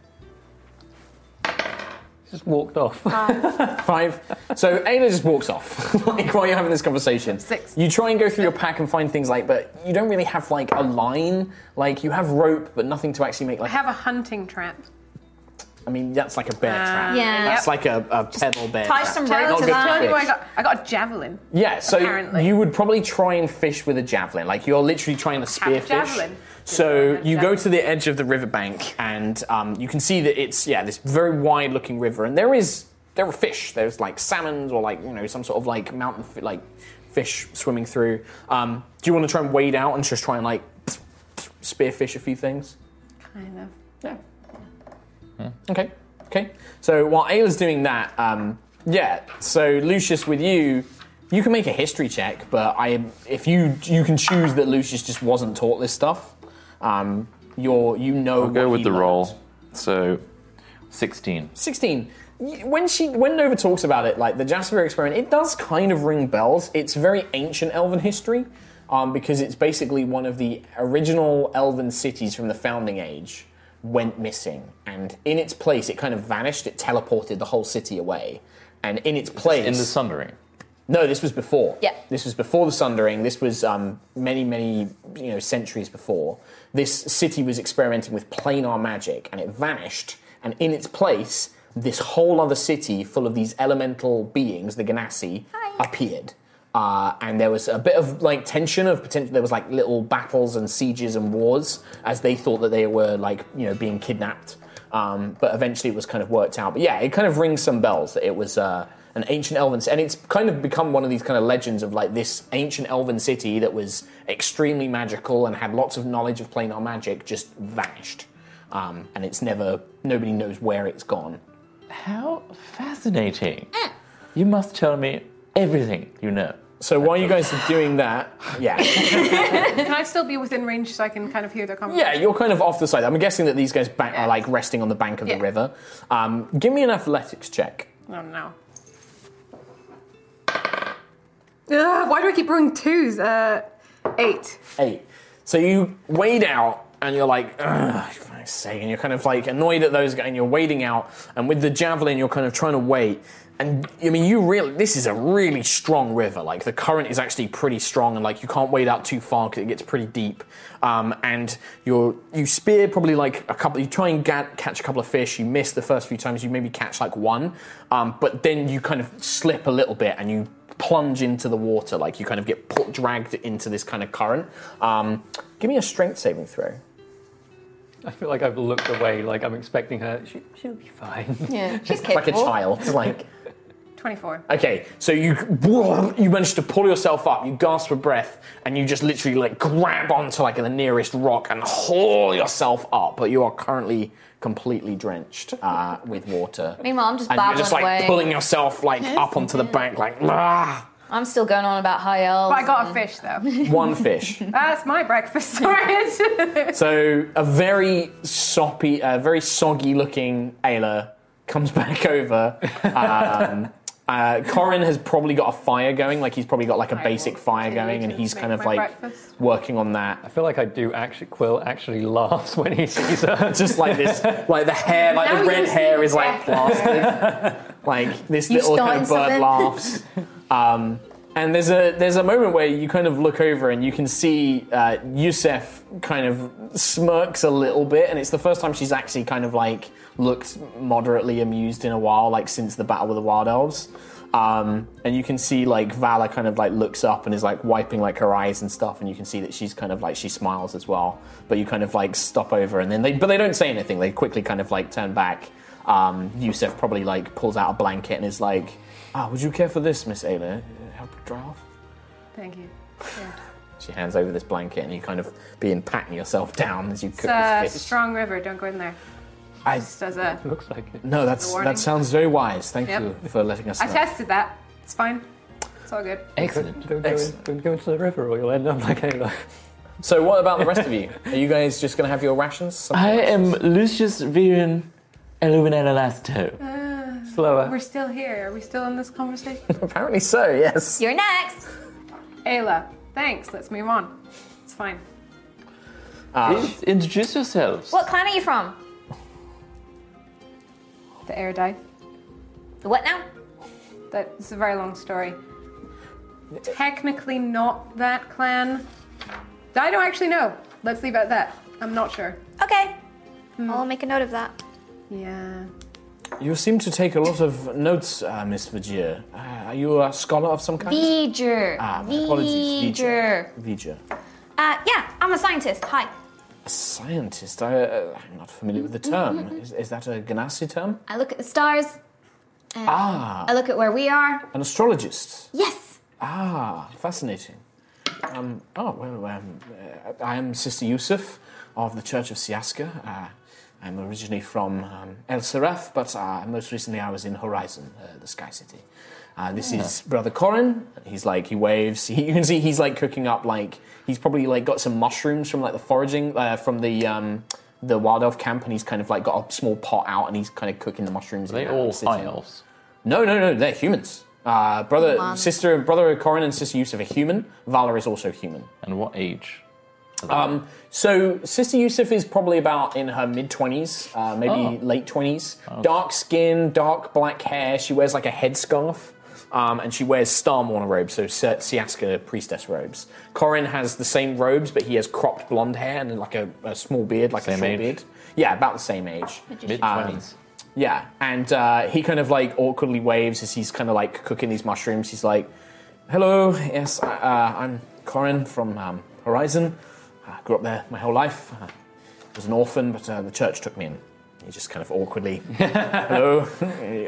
B: Just walked off.
F: Five. So Ayla just walks off like, while you're having this conversation.
C: Six.
F: You try and go through your pack and find things like, but you don't really have like a line. Like you have rope, but nothing to actually make
C: I
F: like.
C: have a hunting trap. Um,
F: I mean, that's like a bear trap.
G: Yeah.
F: That's like a, a pedal bear.
G: tie
F: trap.
G: some
F: Not
G: rope to
F: good
G: that.
C: Tell you, I
F: fish.
C: got, I got a javelin.
F: Yeah, so
C: Apparently.
F: you would probably try and fish with a javelin. Like you're literally trying to spear fish.
C: javelin.
F: So
C: Have a
F: you go
C: javelin.
F: to the edge of the riverbank, and um, you can see that it's yeah this very wide-looking river, and there is there are fish. There's like salmons or like you know some sort of like mountain fi- like fish swimming through. Um, do you want to try and wade out and just try and like spear fish a few things?
C: Kind of.
F: Yeah. Okay. Okay. So while Ayla's doing that, um, yeah. So Lucius, with you, you can make a history check, but I, if you, you can choose that Lucius just wasn't taught this stuff. Um, you're, you know.
D: I'll go
F: what
D: with
F: he
D: the
F: learned.
D: roll. So, 16.
F: Sixteen. Y- When she, when Nova talks about it, like the Jasper experiment, it does kind of ring bells. It's very ancient Elven history. um, because it's basically one of the original elven cities from the Founding Age went missing, and in its place, it kind of vanished. It teleported the whole city away, and in its place,
D: In the Sundering.
F: no, this was before.
G: Yeah.
F: This was before the Sundering. This was um, many, many you know centuries before. This city was experimenting with planar magic, and it vanished. And in its place, this whole other city, full of these elemental beings, the Ganassi,
G: Hi.
F: appeared. Uh, and there was a bit of like tension of potential. There was like little battles and sieges and wars as they thought that they were like you know being kidnapped. Um, but eventually, it was kind of worked out. But yeah, it kind of rings some bells that it was uh, an ancient elven, and it's kind of become one of these kind of legends of like this ancient elven city that was extremely magical and had lots of knowledge of planar magic just vanished, um, and it's never nobody knows where it's gone.
D: How fascinating.
G: Eh.
D: You must tell me everything you know.
F: So while you guys are doing that, yeah.
C: Can I still be within range so I can kind of hear their conversation?
F: Yeah, you're kind of off the side. I'm guessing that these guys back
C: Yeah.
F: are like resting on the bank of
C: Yeah.
F: the river. Um, give me an athletics check.
C: Oh no. Ugh, why do I keep rolling twos? Uh, eight.
F: Eight. So you wade out and you're like, "Ugh, for fuck's sake," and you're kind of like annoyed at those guys and you're wading out and with the javelin you're kind of trying to wait. And I mean, you really, this is a really strong river. Like the current is actually pretty strong and like you can't wade out too far because it gets pretty deep. Um, and you're, you spear probably like a couple, you try and ga- catch a couple of fish, you miss the first few times, you maybe catch like one. Um, but then you kind of slip a little bit and you plunge into the water, like you kind of get pu- dragged into this kind of current. Um, give me a strength saving throw.
B: I feel like I've looked away, like I'm expecting her. She, she'll be fine.
G: Yeah, she's
F: Like a
G: capable.
F: child, like
C: Twenty-four.
F: okay. So you you manage to pull yourself up. You gasp for breath, and you just literally like grab onto like the nearest rock and haul yourself up. But you are currently completely drenched uh, with water.
G: Meanwhile, I'm just
F: and you're
G: babbling
F: just like
G: away.
F: pulling yourself like up onto the bank, like "Ah."
G: I'm still going on about high elves.
C: But I got a fish though.
F: one fish.
C: That's my breakfast. Sorry.
F: So a very soppy, uh, very soggy-looking Ayla comes back over. Um, uh, Corin has probably got a fire going, like he's probably got like a
C: I
F: basic
C: will
F: fire
C: continue
F: going, and
C: to
F: he's kind
C: make
F: of
C: my
F: like
C: breakfast.
F: working on that.
B: I feel like I do actually. Quill actually laughs when he sees her.
F: Just like this, like the hair, like
C: Now
F: the
C: you
F: red
C: see
F: hair is like
C: death.
F: plastered. like this little kind of bird
G: starting
F: laughs. Um, and there's a there's a moment where you kind of look over and you can see uh, Yusef kind of smirks a little bit, and it's the first time she's actually kind of like looked moderately amused in a while, like since the battle with the wild elves. Um, and you can see like Vala kind of like looks up and is like wiping like her eyes and stuff, and you can see that she's kind of like she smiles as well. But you kind of like stop over, and then they but they don't say anything. They quickly kind of like turn back. Um, Yusef probably like pulls out a blanket and is like, "Ah, would you care for this, Miss Ayla? Help dry off."
C: Thank you.
F: She hands over this blanket, and you kind of begin patting yourself down as you
C: It's
F: cook
C: a
F: this fish.
C: strong river. Don't go in there. uh,
F: I,
C: Just as a,
B: Looks like it.
F: no, that's
C: warning.
F: that sounds very wise. Thank
C: Yep.
F: you for letting us.
C: I
F: know.
C: tested that. It's fine. It's all good.
D: Excellent.
B: Don't go, in,
F: Excellent.
B: don't go into the river or you'll end up like Ayla.
F: So, what about the rest of you? Are you guys just going to have your rations? Some-
D: I am Lucius Viren Illuminella Lasto.
B: Slower.
C: We're still here. Are we still in this conversation?
F: Apparently so. Yes.
G: You're next.
C: Ayla, thanks. Let's move on. It's fine.
F: Um,
D: Please introduce yourselves.
G: What clan are you from?
C: The air died.
G: The what now?
C: That's a very long story. Technically not that clan. I don't actually know. Let's leave out that. I'm not sure.
G: Okay. I'll make a note of that.
C: Yeah.
F: You seem to take a lot of notes, uh, Miss Vigier. Uh, are you a scholar of some kind?
G: V'ger.
F: ah, my apologies, Vijay. Vijay.
G: Uh, yeah, I'm a scientist. Hi.
F: A scientist. I, uh, I'm not familiar with the term. Is, is that a Ganassi term?
G: I look at the stars. and
F: Ah.
G: I look at where we are.
F: An astrologist.
G: Yes.
F: Ah, fascinating. Um, oh, well, um, uh, I am Sister Yusuf of the Church of Siaska. Uh, I'm originally from um, El Seraf, but uh, most recently I was in Horizon, uh, the Sky City. Uh, this is
D: Ah.
F: Brother Corin. He's like, he waves. He, you can see he's like cooking up, like, he's probably like got some mushrooms from like the foraging, uh, from the. Um, the wild elf camp, and he's kind of like got a small pot out, and he's kind of cooking the mushrooms. in
D: They
F: that
D: all
F: and sitting-
D: high elves.
F: no, no, no. They're humans. Uh, brother,
G: One.
F: sister, brother Corin and sister Yusuf are human. Valor is also human.
D: And what age?
F: Um, so sister Yusuf is probably about in her mid twenties, uh, maybe
D: Oh.
F: late twenties. Dark skin, dark black hair. She wears like a headscarf, um, and she wears Star Mourner robes, so Si- Siaska priestess robes. Corin has the same robes, but he has cropped blonde hair and like a, a small beard, like
D: Same
F: a short
D: age?
F: beard. Yeah, about the same age.
D: Mid twenties.
F: Ah. Yeah, and uh, he kind of like awkwardly waves as he's kind of like cooking these mushrooms. He's like, "Hello, yes, I- uh, I'm Corin from um, Horizon. I grew up there my whole life. I was an orphan, but uh, the church took me in." He just kind of awkwardly, "Hello,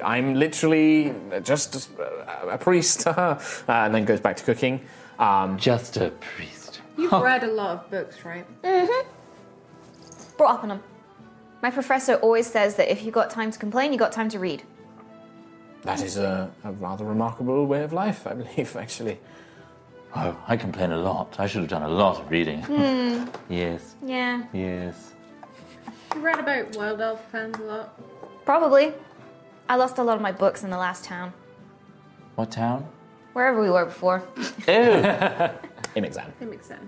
F: I'm literally just a, a priest," uh, and then goes back to cooking. Um,
D: Just a priest.
C: You've read a lot of books, right?
G: Brought up on them. My professor always says that if you got time to complain, you got time to read.
F: that is a, a rather remarkable way of life, I believe, actually.
D: Oh, I complain a lot. I should have done a lot of reading. yes,
G: Yeah,
D: yes.
C: You read about wild elf clans a lot.
G: probably. I lost a lot of my books in the last town,
D: What town?
G: wherever we were before.
D: Oh,
F: In exam.
C: That makes sense.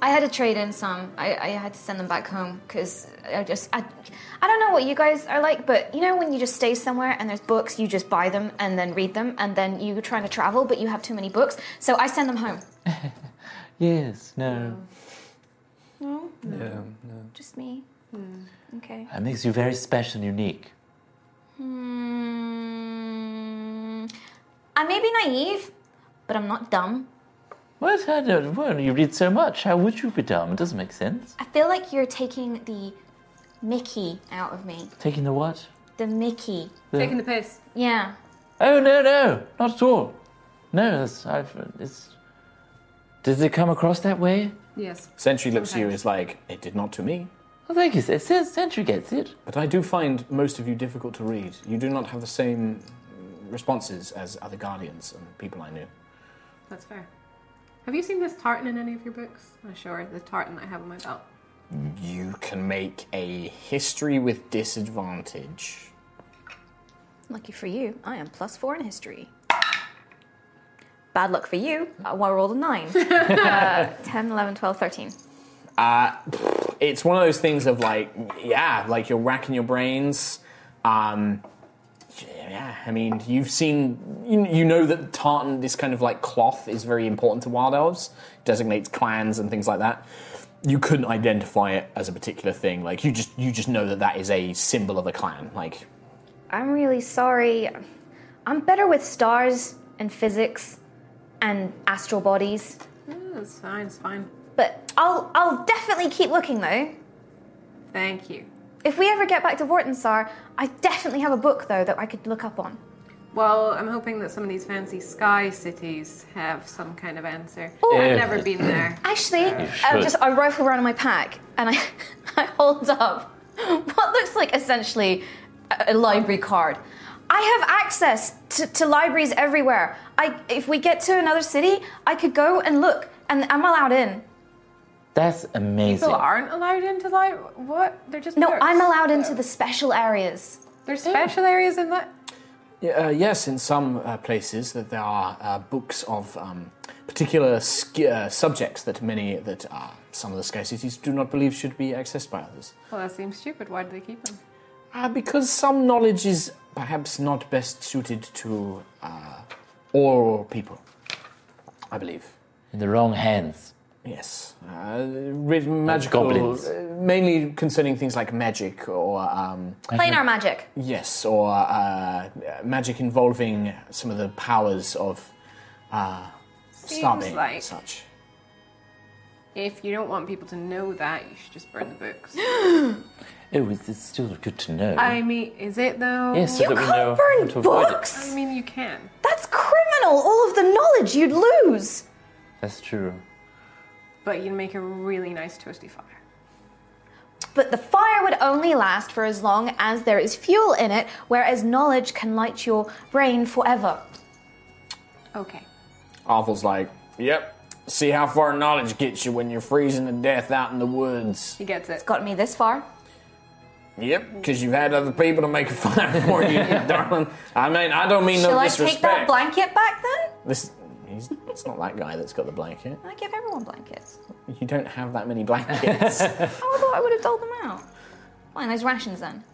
G: I had to trade in some. I, I had to send them back home because I just I, I don't know what you guys are like, but you know when you just stay somewhere and there's books, you just buy them and then read them, and then you're trying to travel but you have too many books, so I send them home.
D: yes, no.
G: No,
B: Yeah.
G: just me. Hmm. Okay.
D: That makes you very special and unique.
G: Hmm. I may be naive, but I'm not dumb.
D: What? I don't. Well, you read so much. How would you be dumb? It doesn't make sense.
G: I feel like you're taking the Mickey out of me.
D: Taking the what?
G: The Mickey.
C: Taking the piss.
G: Yeah.
D: Oh no, no, not at all. No, that's, I've, it's. Does it come across that way?
C: Yes.
F: Sentry looks at you and is like, "It did not to me."
D: Well, thank you. It says Sentry gets it.
F: But I do find most of you difficult to read. You do not have the same responses as other guardians and people I knew.
C: That's fair. Have you seen this tartan in any of your books? Oh, sure, the tartan I have on my belt.
F: You can make a history with disadvantage.
G: Lucky for you, I am plus four in history. Bad luck for you, I rolled a nine. uh, 10, 11, 12, 13.
F: It's one of those things of like, yeah, like you're racking your brains. Um, yeah, I mean, you've seen, you, you know that tartan, this kind of like cloth, is very important to wild elves, designates clans and things like that. You couldn't identify it as a particular thing. Like you just, you just know that that is a symbol of a clan. Like
G: I'm really sorry. I'm better with stars and physics and astral bodies.
C: Oh, it's fine, it's fine.
G: But I'll, I'll definitely keep looking though.
C: Thank you.
G: If we ever get back to Vortensar, I definitely have a book though that I could look up on.
C: Well, I'm hoping that some of these fancy sky cities have some kind of answer.
G: Ooh.
C: Oh, I've
D: Eh.
C: never been there.
G: Actually, I
D: should.
G: just I rifle around in my pack and I I hold up what looks like essentially a, a library card. I have access to, to libraries everywhere. I if we get to another city, I could go and look, and I'm allowed in.
D: That's amazing.
C: People aren't allowed into like what? They're just
G: No,
C: Mercs.
G: I'm allowed into the special areas.
C: There's special areas in that.
F: Yeah, uh, yes, in some uh, places that there are uh, books of um, particular sk- uh, subjects that many that uh, some of the sky cities do not believe should be accessed by others,
C: Well, that seems stupid. Why do they keep them?
F: uh, because some knowledge is perhaps not best suited to uh, all people. I believe.
D: In the wrong hands.
F: Yes, uh, rid- magical,
D: goblins.
F: uh, mainly concerning things like magic or um,
G: Planar magic.
F: Yes, or uh, magic involving some of the powers of uh, Starbane
C: like-
F: and such.
C: If you don't want people to know that, you should just burn the books.
D: Oh, it's, it's still good to know.
C: I mean, is it though?
D: yes, so that
G: You
D: we know
G: can't
D: how to
G: burn
D: avoid it.
C: I
G: books.
C: mean, you can.
G: That's criminal. All of the knowledge you'd lose.
D: That's true.
C: but you'd make a really nice toasty fire.
G: But the fire would only last for as long as there is fuel in it, whereas knowledge can light your brain forever.
C: Okay.
F: Arvel's like, yep, see how far knowledge gets you when you're freezing to death out in the woods.
C: He gets it.
G: Got me this far.
F: Yep, because you've had other people to make a fire for you, darling. I mean, I don't mean
G: Shall
F: no
G: I take
F: disrespect.
G: that blanket back then?
F: This, he's, it's not that guy that's got the blanket.
G: I give everyone blankets.
F: You don't have that many blankets.
G: Oh, I thought I would have doled them out. Fine, there's rations then.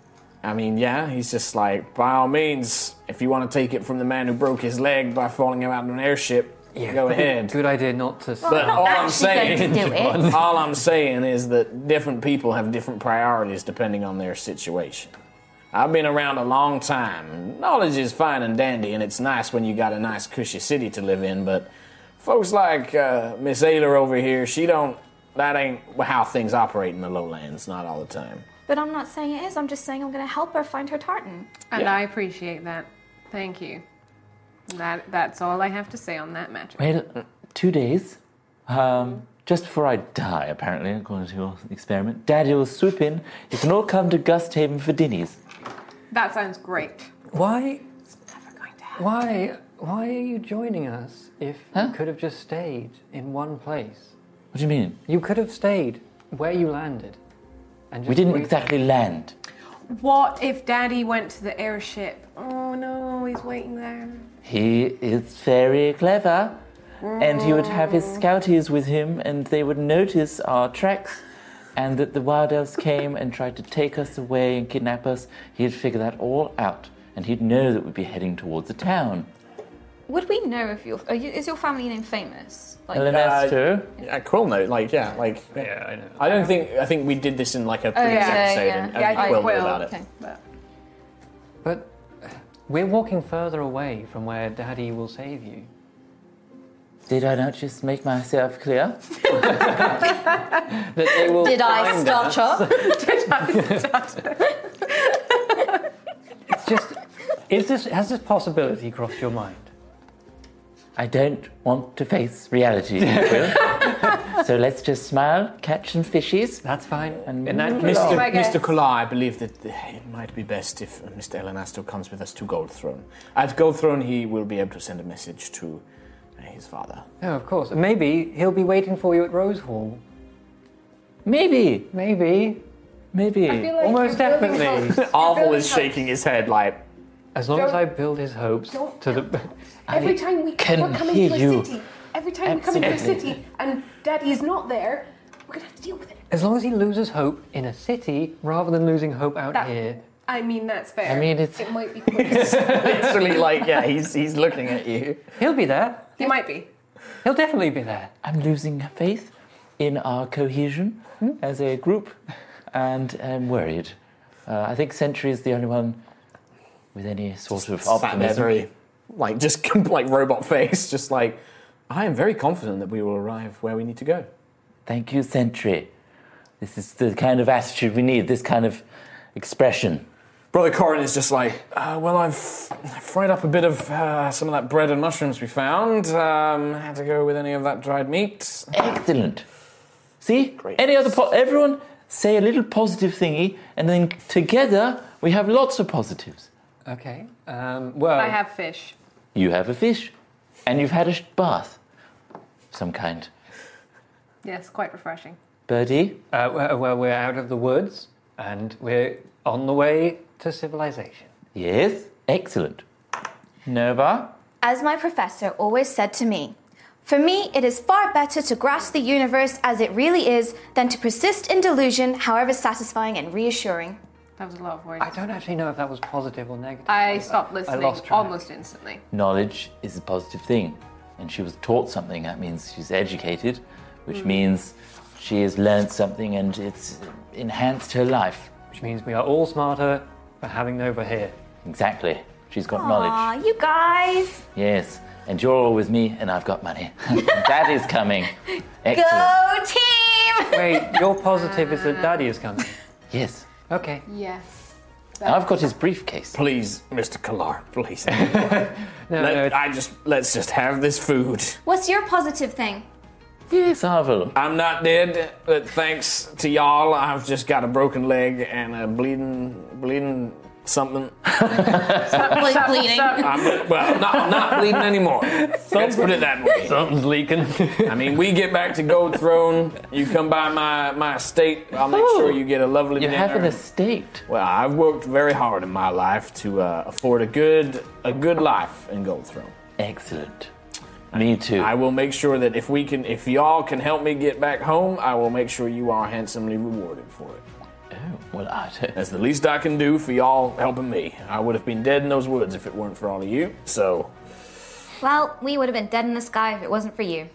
F: I mean, yeah, he's just like, by all means, if you want to take it from the man who broke his leg by falling out of an airship, go ahead.
B: Good idea not to.
G: Well, I'm
F: But
B: start.
G: not
F: all I'm
G: actually
F: saying,
G: going to do it.
F: all I'm saying is that different people have different priorities depending on their situation. I've been around a long time. Knowledge is fine and dandy, and it's nice when you got a nice, cushy city to live in. But folks like uh, Miss Ayler over here, she don't. That ain't how things operate in the lowlands. Not all the time.
G: But I'm not saying it is. I'm just saying I'm going to help her find her tartan.
C: And
F: Yeah.
C: I appreciate that. Thank you. That that's all I have to say on that matter.
D: Well, two days. Um, just before I die, apparently, according to your experiment, Daddy will swoop in. You can all come to Gust Haven for dinnies.
C: That sounds great.
B: Why?
C: Never going to happen.
B: Why? Why are you joining us if you could have just stayed in one place?
D: What do you mean?
B: You could have stayed where you landed. And just
D: We didn't
B: wait-
D: exactly land.
C: What if Daddy went to the airship? Oh no, he's waiting there.
D: He is very clever. And he would have his scouties with him, and they would notice our tracks, and that the wild elves came and tried to take us away and kidnap us. He'd figure that all out, and he'd know that we'd be heading towards the town.
G: Would we know if your are you, is your family name famous? Like,
D: Elenaster,
F: A quill note, like yeah, like
B: Yeah, I know.
F: I don't think I think we did this in like a
C: yeah.
F: previous episode,
G: Oh, Yeah,
F: and,
G: yeah.
F: and
C: Yeah, I think
F: quill knew
C: Quill,
F: about it.
G: okay.
C: But
B: But we're walking further away from where Daddy will save you.
D: did I not just make myself clear? that they will
G: Did I
D: find
G: start up?
B: It's just. is this has this possibility crossed your mind?
D: I don't want to face reality. Will. so let's just smile, catch some fishies.
B: That's fine.
D: And
B: in that
D: move
B: case,
D: along.
F: Mr.
C: my God.
F: Mr. Collar, I believe that uh, it might be best if uh, Mr. Elenasto comes with us to Gold Throne. At Gold Throne, he will be able to send a message to uh, his father.
B: no, Oh, of course. Maybe he'll be waiting for you at Rose Hall.
D: Maybe,
B: Maybe,
D: maybe.
C: I feel like
B: almost
C: you're building
B: definitely.
C: hopes. You're
F: Arvel
C: building
F: is
C: hopes.
F: shaking his head like,
B: As long as
C: Don't-
B: I build his hopes
C: don't-
B: to the.
C: Every time we
D: can
C: we're coming
D: hear
C: to a
D: you.
C: city, every time we come into a
D: Absolutely.
C: city and Daddy's not there, we're gonna have to deal with it.
B: As long as he loses hope in a city rather than losing hope out
C: That-
B: here.
C: I mean, that's fair.
D: I mean, it's-
C: it might be. close.
F: literally, like, yeah, he's, he's looking at you.
B: He'll be there.
C: he might be.
B: He'll definitely be there.
D: I'm losing faith in our cohesion as a group, and I'm worried. Uh, I think Sentry is the only one with any sort of
F: Sat there,
D: optimism.
F: very, like, just com- like robot face, just like, I am very confident that we will arrive where we need to go.
D: Thank you, Sentry. This is the kind of attitude we need. This kind of expression.
F: Brother Corin is just like, uh, well, I've fried up a bit of uh, some of that bread and mushrooms we found. Um, had to go with any of that dried meat.
D: Excellent. See? Any other po- everyone say a little positive thingy and then together we have lots of positives.
B: Okay. Um, well,
C: I have fish.
D: You have a fish and you've had a sh- bath of some kind.
C: Yes, quite refreshing.
D: Birdie,
B: uh, well, well, we're out of the woods and we're on the way to civilization.
D: yes, excellent. Nova,
G: As my professor always said to me, for me, it is far better to grasp the universe as it really is than to persist in delusion, however satisfying and reassuring.
C: That was a lot of words.
B: I don't actually know if that was positive or negative.
C: I stopped listening
B: lost track.
C: almost instantly.
D: knowledge is a positive thing and she was taught something. That means she's educated, which means she has learned something and it's enhanced her life.
B: Which means we are all smarter for having Nova here.
D: Exactly. She's got knowledge.
G: Aw, you guys,
D: Yes, and you're all with me, and I've got money. that is coming. Excellent.
G: go team!
B: Wait, your positive is that Daddy is coming.
D: Yes,
B: Okay.
C: Yes.
D: and I've got his briefcase.
F: Please, Mr. Kalar, please.
B: No,
F: Let-
B: no, it's-
F: I just let's just have this food.
G: What's your positive thing?
D: Yes, Arvel.
F: I'm not dead, but thanks to y'all, I've just got a broken leg and a bleeding, bleeding something.
I: Like bleeding.
F: I'm, well, not, not bleeding anymore. Let's put it that way.
B: Something's leaking.
F: I mean, we get back to Gold Throne. You come by my, my estate. I'll make sure you get a lovely
D: You
F: dinner.
D: have an estate.
F: well, I've worked very hard in my life to uh, afford a good a good life in Gold Throne.
D: Excellent. Me too.
F: I will make sure that if we can, if y'all can help me get back home, I will make sure you are handsomely rewarded for it.
D: oh, well, I don't.
F: That's the least I can do for y'all helping me. I would have been dead in those woods if it weren't for all of you. So
I: Well, we would have been dead in the sky if it wasn't for you.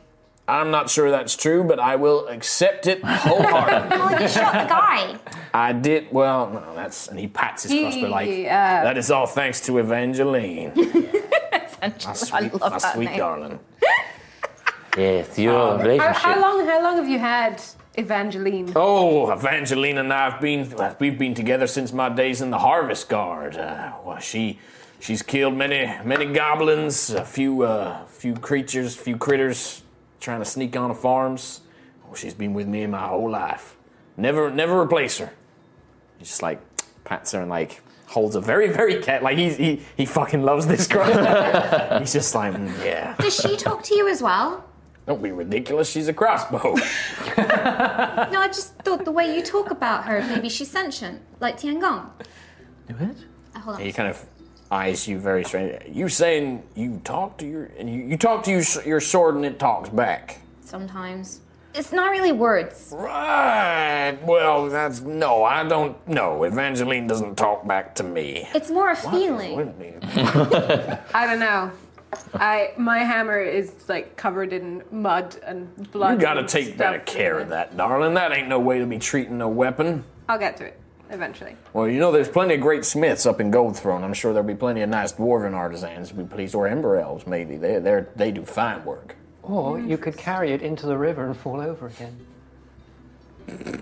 F: I'm not sure that's true, but I will accept it wholeheartedly.
I: Well, you shot the guy.
F: I did well. No, that's and he pats his crossbow like
C: He, uh,
F: that is all thanks to Evangeline, my
I: Essentially,
F: sweet,
I: I love
F: my
I: that
F: sweet
I: name.
F: darling.
D: Yes, your
C: How,
D: relationship.
C: how long? How long have you had Evangeline?
F: Oh, Evangeline and I've been we've been together since my days in the Harvest Guard. Uh, well, she she's killed many many goblins, a few uh, few creatures, few critters trying to sneak onto farms. Well, she's been with me my whole life. Never never replace her. He just like pats her and like holds a very very cat like he's, he he fucking loves this girl. he's just like "Mm, yeah.
I: Does she talk to you as well?
F: Don't be ridiculous. She's a crossbow.
I: No, I just thought the way you talk about her, maybe she's sentient, like Tiangong.
D: What?
I: Uh, Hold on.
F: He kind of eyes you very strange. You saying you talk to your and you, you talk to your, s- your sword and it talks back.
I: Sometimes it's not really words.
F: Right. Well, that's no. I don't. No, Evangeline doesn't talk back to me.
I: It's more a feeling.
C: I don't know. I my hammer is like covered in mud and blood.
F: You gotta
C: and
F: take better
C: stuff.
F: care of that, darling. That ain't no way to be treating a weapon.
C: I'll get to it eventually.
F: Well, you know, there's plenty of great smiths up in Goldthrone. I'm sure there'll be plenty of nice dwarven artisans, we please, or ember elves, maybe. They they they do fine work.
B: or you could carry it into the river and fall over again.
C: You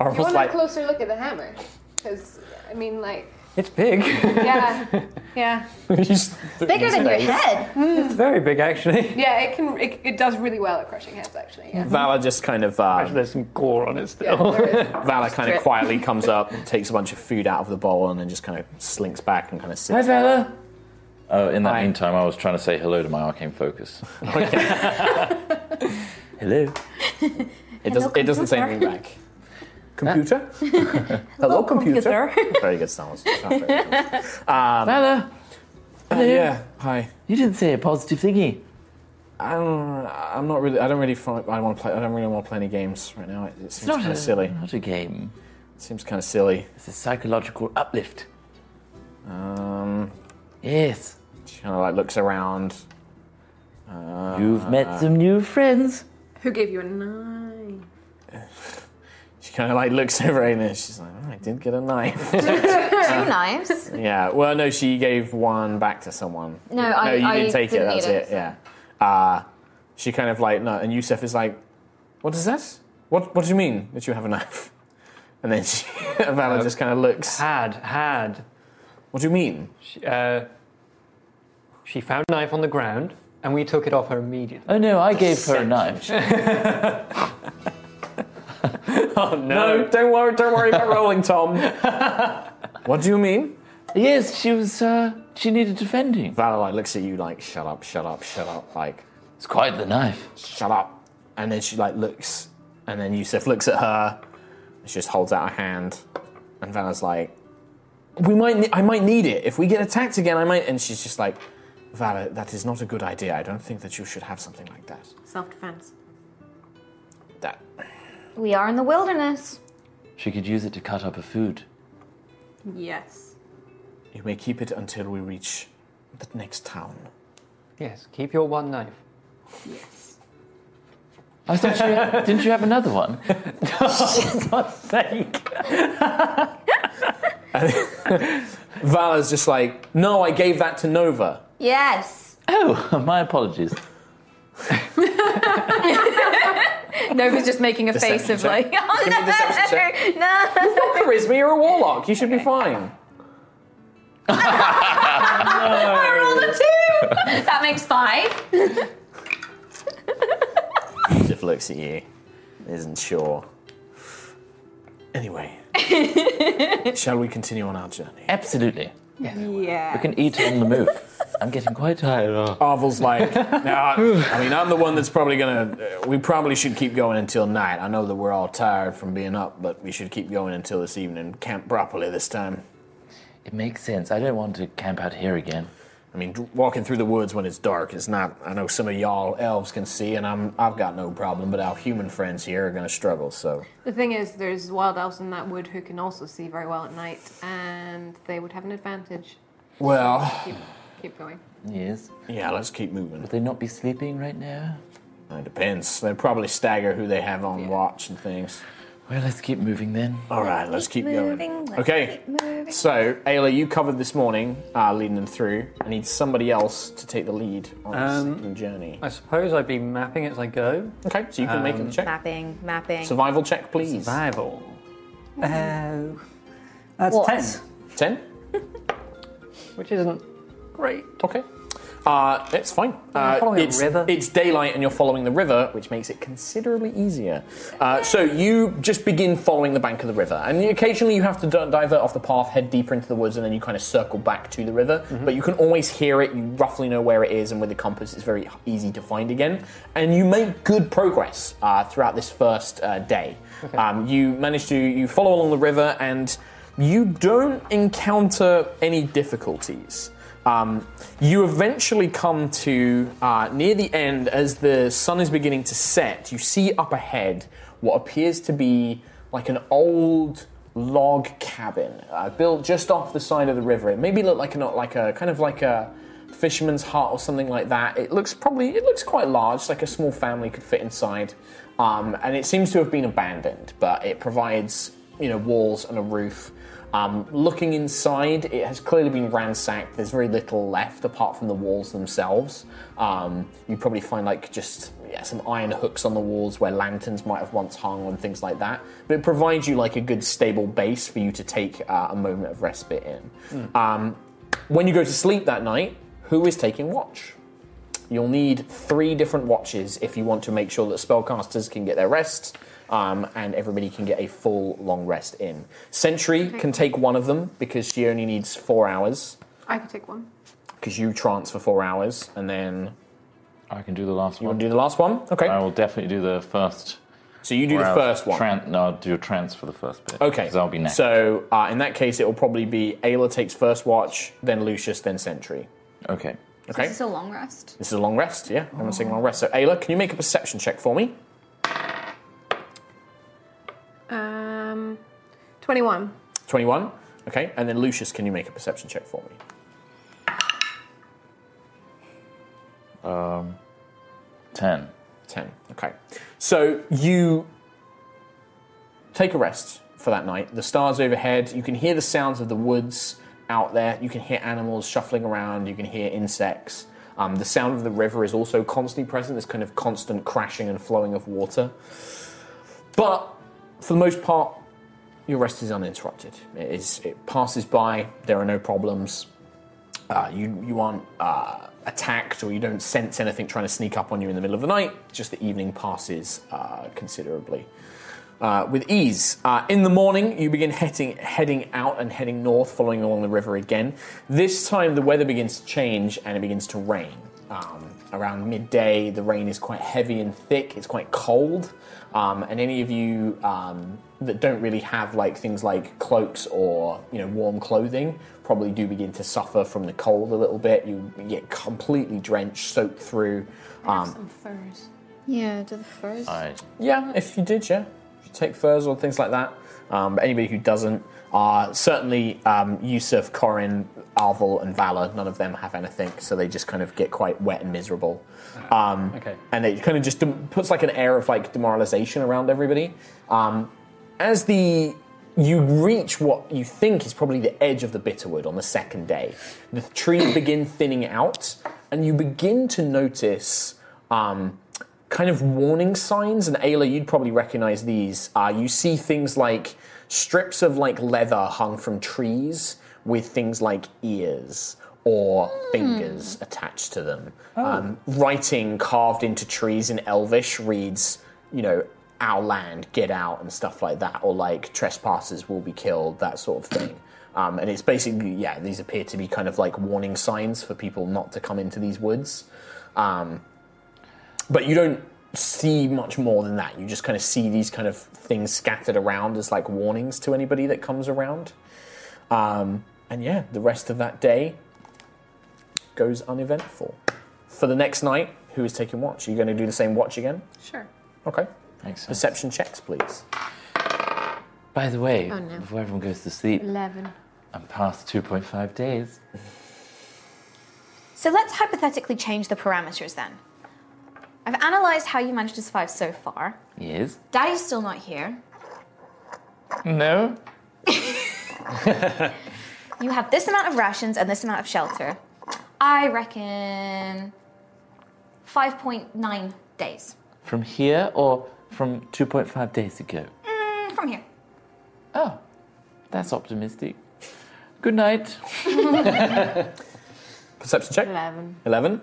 C: want
F: Almost
C: a closer look at the hammer? Because I mean, like,
B: It's big.
C: yeah, yeah, Mm.
I: Bigger than your head.
B: it's very big, actually.
C: yeah. It can. It, it does really well at crushing heads, actually. Yeah.
F: Vala just kind of uh,
B: There's some gore on it
C: Yeah,
B: still.
C: there is.
F: Vala kind of quietly comes up, takes a bunch of food out of the bowl, and then just kind of slinks back and kind of sits.
D: Bella. Oh, in that
F: Hi.
D: meantime, I was trying to say hello to my arcane focus. hello.
F: It doesn't, it doesn't say anything back. Computer? Hello, computer. very good sounds. Sounds very good.
D: Bella,
F: Uh, Um, yeah, hi.
D: you didn't say a positive thingy.
F: I don't, I'm not really. I don't really. fi- I want to play. I don't really want to play any games right now. It, it seems kind
D: a,
F: of silly. It
D: not a game.
F: seems kind of silly.
D: It's a psychological uplift.
F: Um,
D: Yes.
F: she kind of like looks around. Uh,
D: You've met some new friends.
C: Who gave you a nine?
F: She kind of like looks over and then she's like, oh, "I did get a knife."
G: Uh-huh.
I: Two knives.
F: yeah. Well, no, she gave one back to someone.
I: No, I-
F: you
I: I
F: didn't take
I: didn't
F: it. That's
I: need
F: it.
I: it.
F: Yeah. Uh, she kind of like no, and Yusef is like, "What is that? What What do you mean that you have a knife?" And then she, Vala just kind of looks.
B: Had, had.
F: What do you mean?
B: She, uh, she found a knife on the ground, and we took it off her immediately.
D: Oh no, I gave her a knife.
B: Oh, no.
F: don't worry. Don't worry about rolling, Tom. what do you mean?
D: yes, she was. Uh, she needed defending.
F: Vala like looks at you like, "Shut up! Shut up! Shut up!" Like,
D: It's quite the knife.
F: "Shut up!" And then she like looks, and then Yusef looks at her. And she just holds out her hand, and Vala's like, "We might. Ne- I might need it if we get attacked again. I might." And she's just like, "Vala, that is not a good idea. I don't think that you should have something like that.
C: Self defense.
F: That
I: We are in the wilderness.
D: She could use it to cut up her food.
C: Yes.
F: you may keep it until we reach the next town."
B: Yes, keep your one knife.
C: Yes.
D: I thought she had, didn't you have another one?
F: Vala's just like, "No, I gave that to Nova."
I: Yes.
D: Oh, my apologies.
G: Nova's just making a face of like, oh
F: Give me a deception check.
G: no.
F: charisma, you're a warlock. You should be fine. Oh.
G: I rolled a two. That makes five.
F: Just looks at you, isn't sure. Anyway, Shall we continue on our journey?
D: Absolutely.
C: Yeah.
D: We can eat on the move. I'm getting quite tired. Oh,
F: Arvel's like, nah, I mean, I'm the one that's probably gonna. Uh, we probably should keep going until night. I know that we're all tired from being up, but we should keep going until this evening. Camp properly this time.
D: It makes sense. I don't want to camp out here again.
F: I mean, dr- walking through the woods when it's dark is not. I know some of y'all elves can see, and I'm. I've got no problem, but our human friends here are gonna struggle. So
C: The thing is, there's wild elves in that wood who can also see very well at night, and they would have an advantage.
F: well,
C: Keep, keep going.
D: Yes.
F: yeah. Let's keep moving.
D: Would they not be sleeping right now?
F: It depends. They probably stagger who they have on watch and things.
D: Well, let's keep moving then.
F: All right, let's keep
G: moving,
F: going.
G: let's
F: okay.
G: keep moving.
F: So, Ayla, you covered this morning, uh, leading them through. I need somebody else to take the lead on
B: Um,
F: this second journey.
B: I suppose I'd be mapping as I go.
F: Okay, so you can make a check.
I: Mapping, mapping.
F: Survival check, please.
B: Survival. Oh, that's
I: What?
B: ten,
F: Ten.
B: which isn't great.
F: Okay. Uh, it's fine. Uh,
B: following a
F: it's,
B: river.
F: it's daylight and you're following the river, which makes it considerably easier. Uh, so you just begin following the bank of the river, and occasionally you have to di- divert off the path, head deeper into the woods, and then you kind of circle back to the river.
B: Mm-hmm.
F: But you can always hear it. You roughly know where it is, and with the compass, it's very easy to find again. And you make good progress uh, throughout this first uh, day. Um, you manage to you follow along the river, and you don't encounter any difficulties. Um, you eventually come to uh, near the end as the sun is beginning to set. You see up ahead what appears to be like an old log cabin uh, built just off the side of the river. It maybe looked like a, like a kind of like a fisherman's hut or something like that. It looks probably it looks quite large, like a small family could fit inside. Um, and it seems to have been abandoned, but it provides you know walls and a roof. Um, looking inside, it has clearly been ransacked. There's very little left apart from the walls themselves. Um, you probably find like just yeah, some iron hooks on the walls where lanterns might have once hung and things like that. But it provides you like a good stable base for you to take uh, a moment of respite in. Um, when you go to sleep that night, who is taking watch? You'll need three different watches if you want to make sure that spellcasters can get their rest um, and everybody can get a full long rest in. Sentry can take one of them because she only needs four hours
C: I could take one.
F: because you trance for four hours and then
D: I can do the last
F: you
D: one.
F: want to do the last one. Okay,
D: I will definitely do the first.
F: so you do the
D: round.
F: first one.
D: Tran- no, I'll do a trance for the first bit.
F: Okay,
D: Because I'll be next.
F: So uh, in that case, it will probably be Ayla takes first watch, then Lucius, then Sentry.
D: okay.
F: Okay,
G: Is this a long rest?
F: this is a long rest. Yeah, I'm taking a long rest. So Ayla, can you make a perception check for me?
C: Um, 21.
F: 21. Okay, and then Lucius, can you make a perception check for me?
D: Ten.
F: 10. Okay. So you take a rest for that night. The stars overhead, you can hear the sounds of the woods out there, you can hear animals shuffling around, you can hear insects. Um, the sound of the river is also constantly present, this kind of constant crashing and flowing of water. But for the most part, your rest is uninterrupted. It, is, it passes by, there are no problems. Uh, you, you aren't uh, attacked or you don't sense anything trying to sneak up on you in the middle of the night, just the evening passes uh, considerably. Uh, with ease. Uh, in the morning, you begin heading, heading out and heading north, following along the river again. This time, the weather begins to change and it begins to rain. Um, around midday, the rain is quite heavy and thick, it's quite cold. Um, and any of you um, that don't really have like things like cloaks or you know warm clothing probably do begin to suffer from the cold a little bit. You get completely drenched, soaked through. Um,
C: Some furs.
G: Yeah, do the first.
D: I
F: yeah, if you did, yeah. If you take furs or things like that. Um, but anybody who doesn't, uh, certainly um, Yusuf, Corin, Arval, and Valor, none of them have anything, so they just kind of get quite wet and miserable. Um,
B: Okay.
F: And it kind of just dem- puts like an air of like demoralization around everybody. Um, as the you reach what you think is probably the edge of the Bitterwood on the second day, the trees begin thinning out, and you begin to notice um, kind of warning signs. And Ayla, you'd probably recognize these. Uh, you see things like strips of like leather hung from trees with things like ears or fingers attached to them. Um, writing carved into trees in Elvish reads, you know, our land, get out, and stuff like that, or like trespassers will be killed, that sort of thing. Um, and it's basically, yeah, these appear to be kind of like warning signs for people not to come into these woods. Um, but you don't see much more than that. You just kind of see these kind of things scattered around as like warnings to anybody that comes around. Um, and yeah, the rest of that day goes uneventful. For the next night, who is taking watch? Are you going to do the same watch again?
C: Sure.
F: Okay.
D: Makes sense.
F: Perception checks, please.
D: By the way,
C: no.
D: before everyone goes to sleep,
C: Eleven.
D: I'm past 2.5 days.
I: So let's hypothetically change the parameters then. I've analysed how you managed to survive so far.
D: Yes?
I: Daddy's still not here.
D: No?
I: You have this amount of rations and this amount of shelter. I reckon 5.9 days
D: From here or from 2.5 days ago?
I: Mm, from here.
D: Oh, that's optimistic. Good night.
F: Perception check.
C: Eleven.
F: Eleven.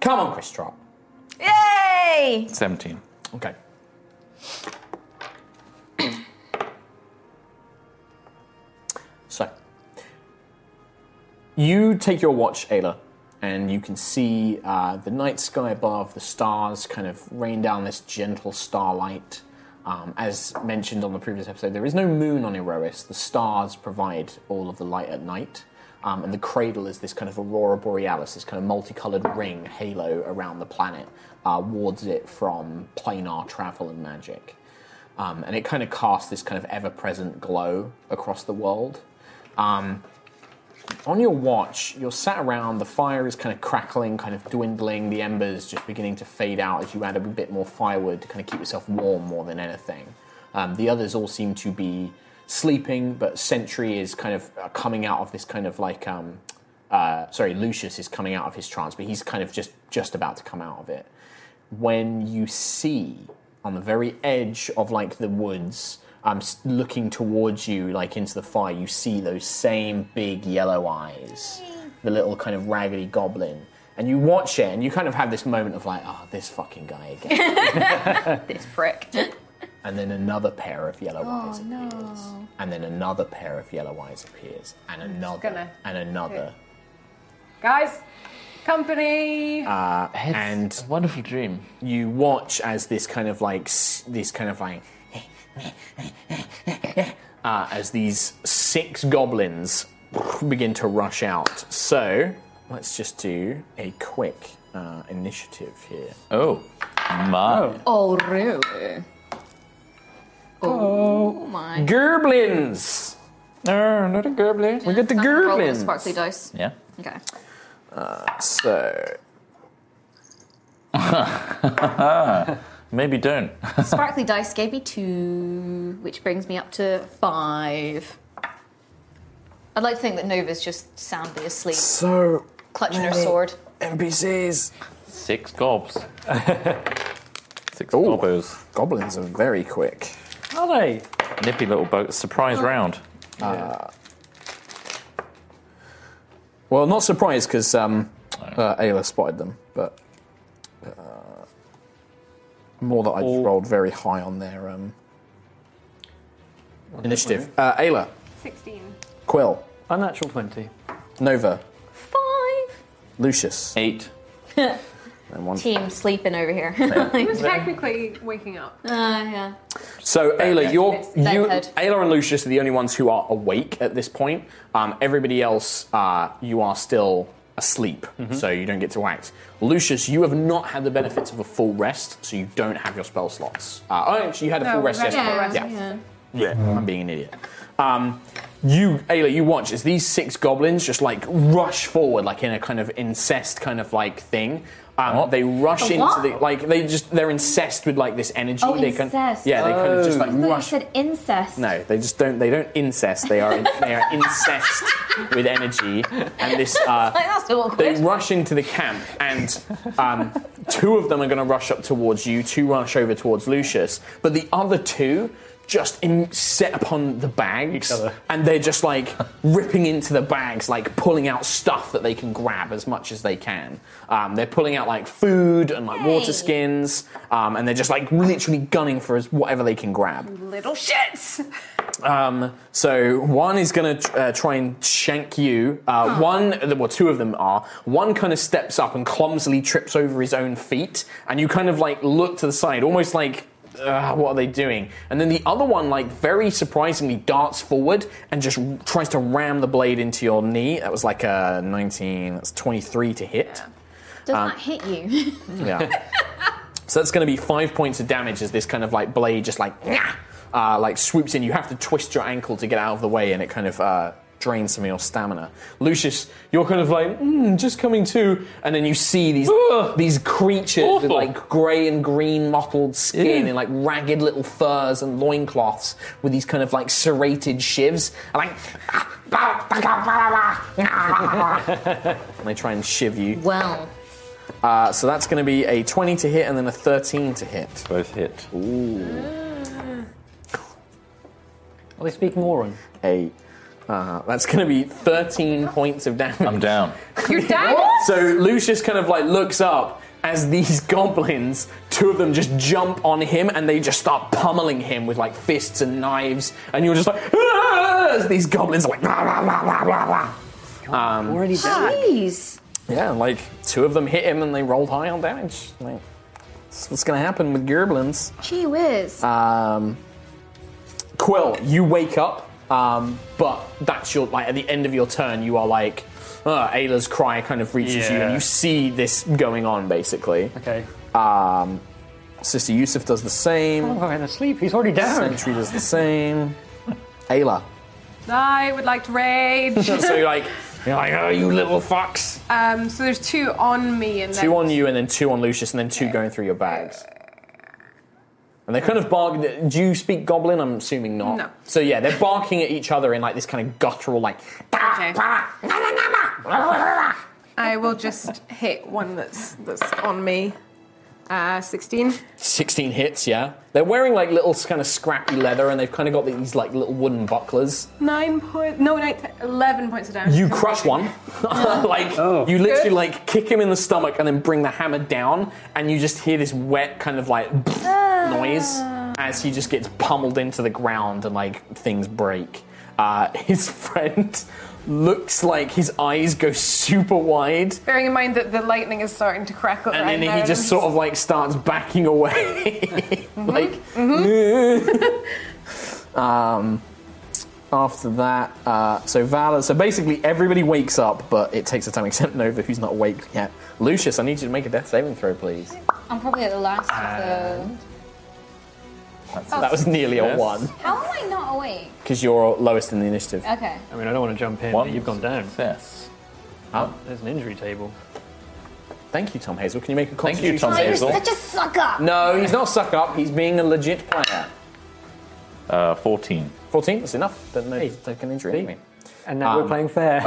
F: Come on, Chris Trot.
I: Yay!
D: 17.
F: Okay. so, you take your watch, Ayla, and you can see uh, the night sky above, the stars kind of rain down this gentle starlight. Um, as mentioned on the previous episode, there is no moon on Erois. The stars provide all of the light at night. Um, and the cradle is this kind of aurora borealis, this kind of multicolored ring halo around the planet, uh, wards it from planar travel and magic. Um, and it kind of casts this kind of ever present glow across the world. Um, on your watch, you're sat around, the fire is kind of crackling, kind of dwindling, the embers just beginning to fade out as you add a bit more firewood to kind of keep yourself warm more than anything. Um, the others all seem to be sleeping, but Sentry is kind of uh, coming out of this kind of like, um, uh, sorry, Lucius is coming out of his trance, but he's kind of just just about to come out of it when you see on the very edge of like the woods, um, s- looking towards you, like into the fire, you see those same big yellow eyes, the little kind of raggedy goblin. And you watch it, and you kind of have this moment of like, oh, this fucking guy again.
I: This prick. Oh,
F: and then another pair of yellow eyes appears, and then another pair of yellow eyes appears, and another,
C: gonna-
F: and another.
C: Guys, company.
D: It's
F: And-
D: a wonderful dream.
F: you watch as this kind of like s- this kind of like uh, as these six goblins begin to rush out. So let's just do a quick uh, initiative here.
D: Oh, my.
G: Oh, really? Oh, my.
F: Gerblins.
D: No, not a goblin.
F: We get the
G: Roll with the
F: gerblins.
G: sparkly dice.
D: Yeah.
G: Okay.
F: So
D: Maybe don't.
G: Sparkly dice gave me two, which brings me up to five. I'd like to think that Nova's just soundly asleep,
F: so
G: clutching her
F: many
G: sword.
F: NPCs.
D: Six gobs. Six
F: Ooh.
D: gobbos.
F: Goblins are very quick.
B: Are they?
D: Nippy little boat. Surprise round.
F: Well, not surprised because um, uh, Ayla spotted them, but uh, more that I just rolled very high on their um, initiative. Uh, Ayla,
C: Sixteen.
F: Quill,
B: Unnatural 20.
F: Nova,
G: Five.
F: Lucius,
D: Eight.
F: and one.
G: Team sleeping over here.
C: He was technically waking up.
G: Ah, yeah.
F: So Ayla, you're
G: It's
F: you,
G: deadhead.
F: Ayla and Lucius are the only ones who are awake at this point. Um, everybody else, uh, you are still asleep, so you don't get to act. Lucius, you have not had the benefits of a full rest, so you don't have your spell slots. Uh, oh, actually, you had a full
C: we
F: rest
C: had a
F: yesterday.
C: full rest,
F: yeah. Yeah, I'm being an idiot. Um, you, Ayla, you watch as these six goblins just like rush forward, like in a kind of incest kind of like thing. Um, They rush into
G: what?
F: the like they just they're incest with like this energy.
G: Oh,
F: they
G: incest.
F: Can, yeah, they kind of just like
G: I thought you
F: rush.
G: said incest.
F: no, they just don't. They don't incest. They are they are incest with energy, and this uh,
G: Like, that's awkward.
F: they rush into the camp, and um, two of them are going to rush up towards you, two rush over towards Lucius, but the other two just in, set upon the bags,
B: Each other.
F: and they're just like ripping into the bags, like pulling out stuff that they can grab as much as they can. Um, they're pulling out like food and like water skins, um, and they're just like literally gunning for as whatever they can grab.
C: Little shits!
F: Um, so one is going to uh, try and shank you. Uh, One, well, two of them are. One kind of steps up and clumsily trips over his own feet, and you kind of like look to the side, almost like. Uh, what are they doing? And then the other one, like very surprisingly, darts forward and just tries to ram the blade into your knee. That was like a 19, that's 23 to hit.
I: Does that hit you?
F: Yeah. so that's going to be five points of damage as this kind of like blade just like nyah, uh, like swoops in. You have to twist your ankle to get out of the way, and it kind of uh, drains some of your stamina. Lucius, you're kind of like mm, just coming to, and then you see these
B: Ugh.
F: these creatures with
B: Awful.
F: like grey and green mottled skin
B: Ew.
F: and like ragged little furs and loincloths with these kind of like serrated shivs, and like. and they try and shiv you.
I: well,
F: Uh, so that's going to be a 20 to hit and then a 13 to hit.
D: Both hit.
B: Well, they speak Moran.
F: Hey. Uh, that's going to be 13 points of damage.
D: I'm down.
C: You're dead?
F: So Lucius kind of like looks up as these goblins, two of them just jump on him and they just start pummeling him with like fists and knives. And you're just like, "Ah!" as these goblins are like, "Rah, rah, rah, rah, rah, rah." Um,
B: Already
I: jeez.
F: yeah, like two of them hit him and they rolled high on damage. Like, that's what's going to happen with goblins.
I: Gee whiz.
F: Um, Quill, you wake up, um, but that's your like at the end of your turn, you are like, uh, Ayla's cry kind of reaches you, and
B: Yeah.
F: you see this going on basically.
B: Okay.
F: Um, Sister Yusuf does the same.
B: Oh, I'm asleep. He's already down.
F: Sentry does the same. Ayla,
C: I would like to rage.
F: so you're like, you're like, oh, you little fucks.
C: um, so there's two on me and then
F: Two on you, and then two on Lucius, and then two going through your bags. And they're kind of barking. Do you speak Goblin? I'm assuming not.
C: No.
F: So yeah, they're barking at each other in like this kind of guttural, like.
C: Okay. I will just hit one that's that's on me. Uh, 16.
F: 16 hits, yeah. They're wearing like little kind of scrappy leather, and they've kind of got these like little wooden bucklers.
C: Nine point. No, nine, ten, 11 points of damage.
F: You crush one, like you literally like kick him in the stomach, and then bring the hammer down, and you just hear this wet kind of like noise as he just gets pummeled into the ground, and like things break. Uh, his friend looks like his eyes go super wide,
C: Bearing in mind that the lightning is starting to crackle.
F: and
C: around
F: then he
C: there.
F: just sort of like starts backing away, like. um, after that, uh, so Valor. So basically, everybody wakes up, but it takes a time except Nova, who's not awake yet. Lucius, I need you to make a death saving throw, please.
G: I'm probably at the last of the. Oh,
F: That was nearly a
B: Yes.
F: one
G: How am I not awake?
F: because you're lowest in the initiative.
G: Okay.
B: I mean, I don't want to jump in.
D: One
B: but You've gone down.
D: Yes.
B: There's an injury table.
F: Thank you, Tom Hazel. Can you make a
D: Thank you,
F: constitution
D: Tom
F: save?
D: Hazel.
G: Just suck up!
F: No, he's not a suck up. He's being a legit player.
D: Uh, 14.
F: 14, that's enough. Don't know if take an injury. anyway.
B: And now we're playing fair.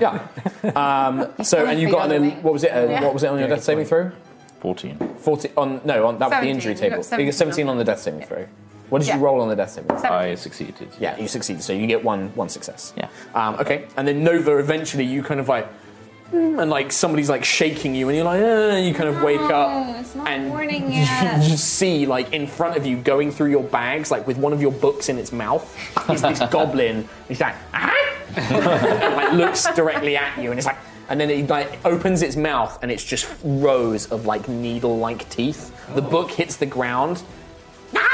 F: Yeah. Um, so, and you got
G: the other
F: an,
G: way.
F: what was it? Uh, What was it on your
B: Yeah,
F: death
B: good
F: saving
B: point.
F: throw?
D: 14.
F: 14 on no on that was the
C: 17.
F: injury
C: You
F: table.
C: got
F: You
C: 17
F: got 17 on the death saving throw. What did you
C: Yeah.
F: roll on the death saving? throw?
C: Seven.
D: I succeeded.
F: Yeah, you succeed. So you get one one success.
D: Yeah.
F: Um, okay, and then Nova. Eventually, you kind of like. "Hmm," And like somebody's like shaking you, and you're like, "Ah," and you kind of wake up,
G: it's not
F: and
G: morning
F: you
G: yet.
F: just see like in front of you, going through your bags, like with one of your books in its mouth, is this goblin. He's like, ah! and, like looks directly at you, and it's like, and then it like opens its mouth, and it's just rows of like needle-like teeth. The book hits the ground, Ah!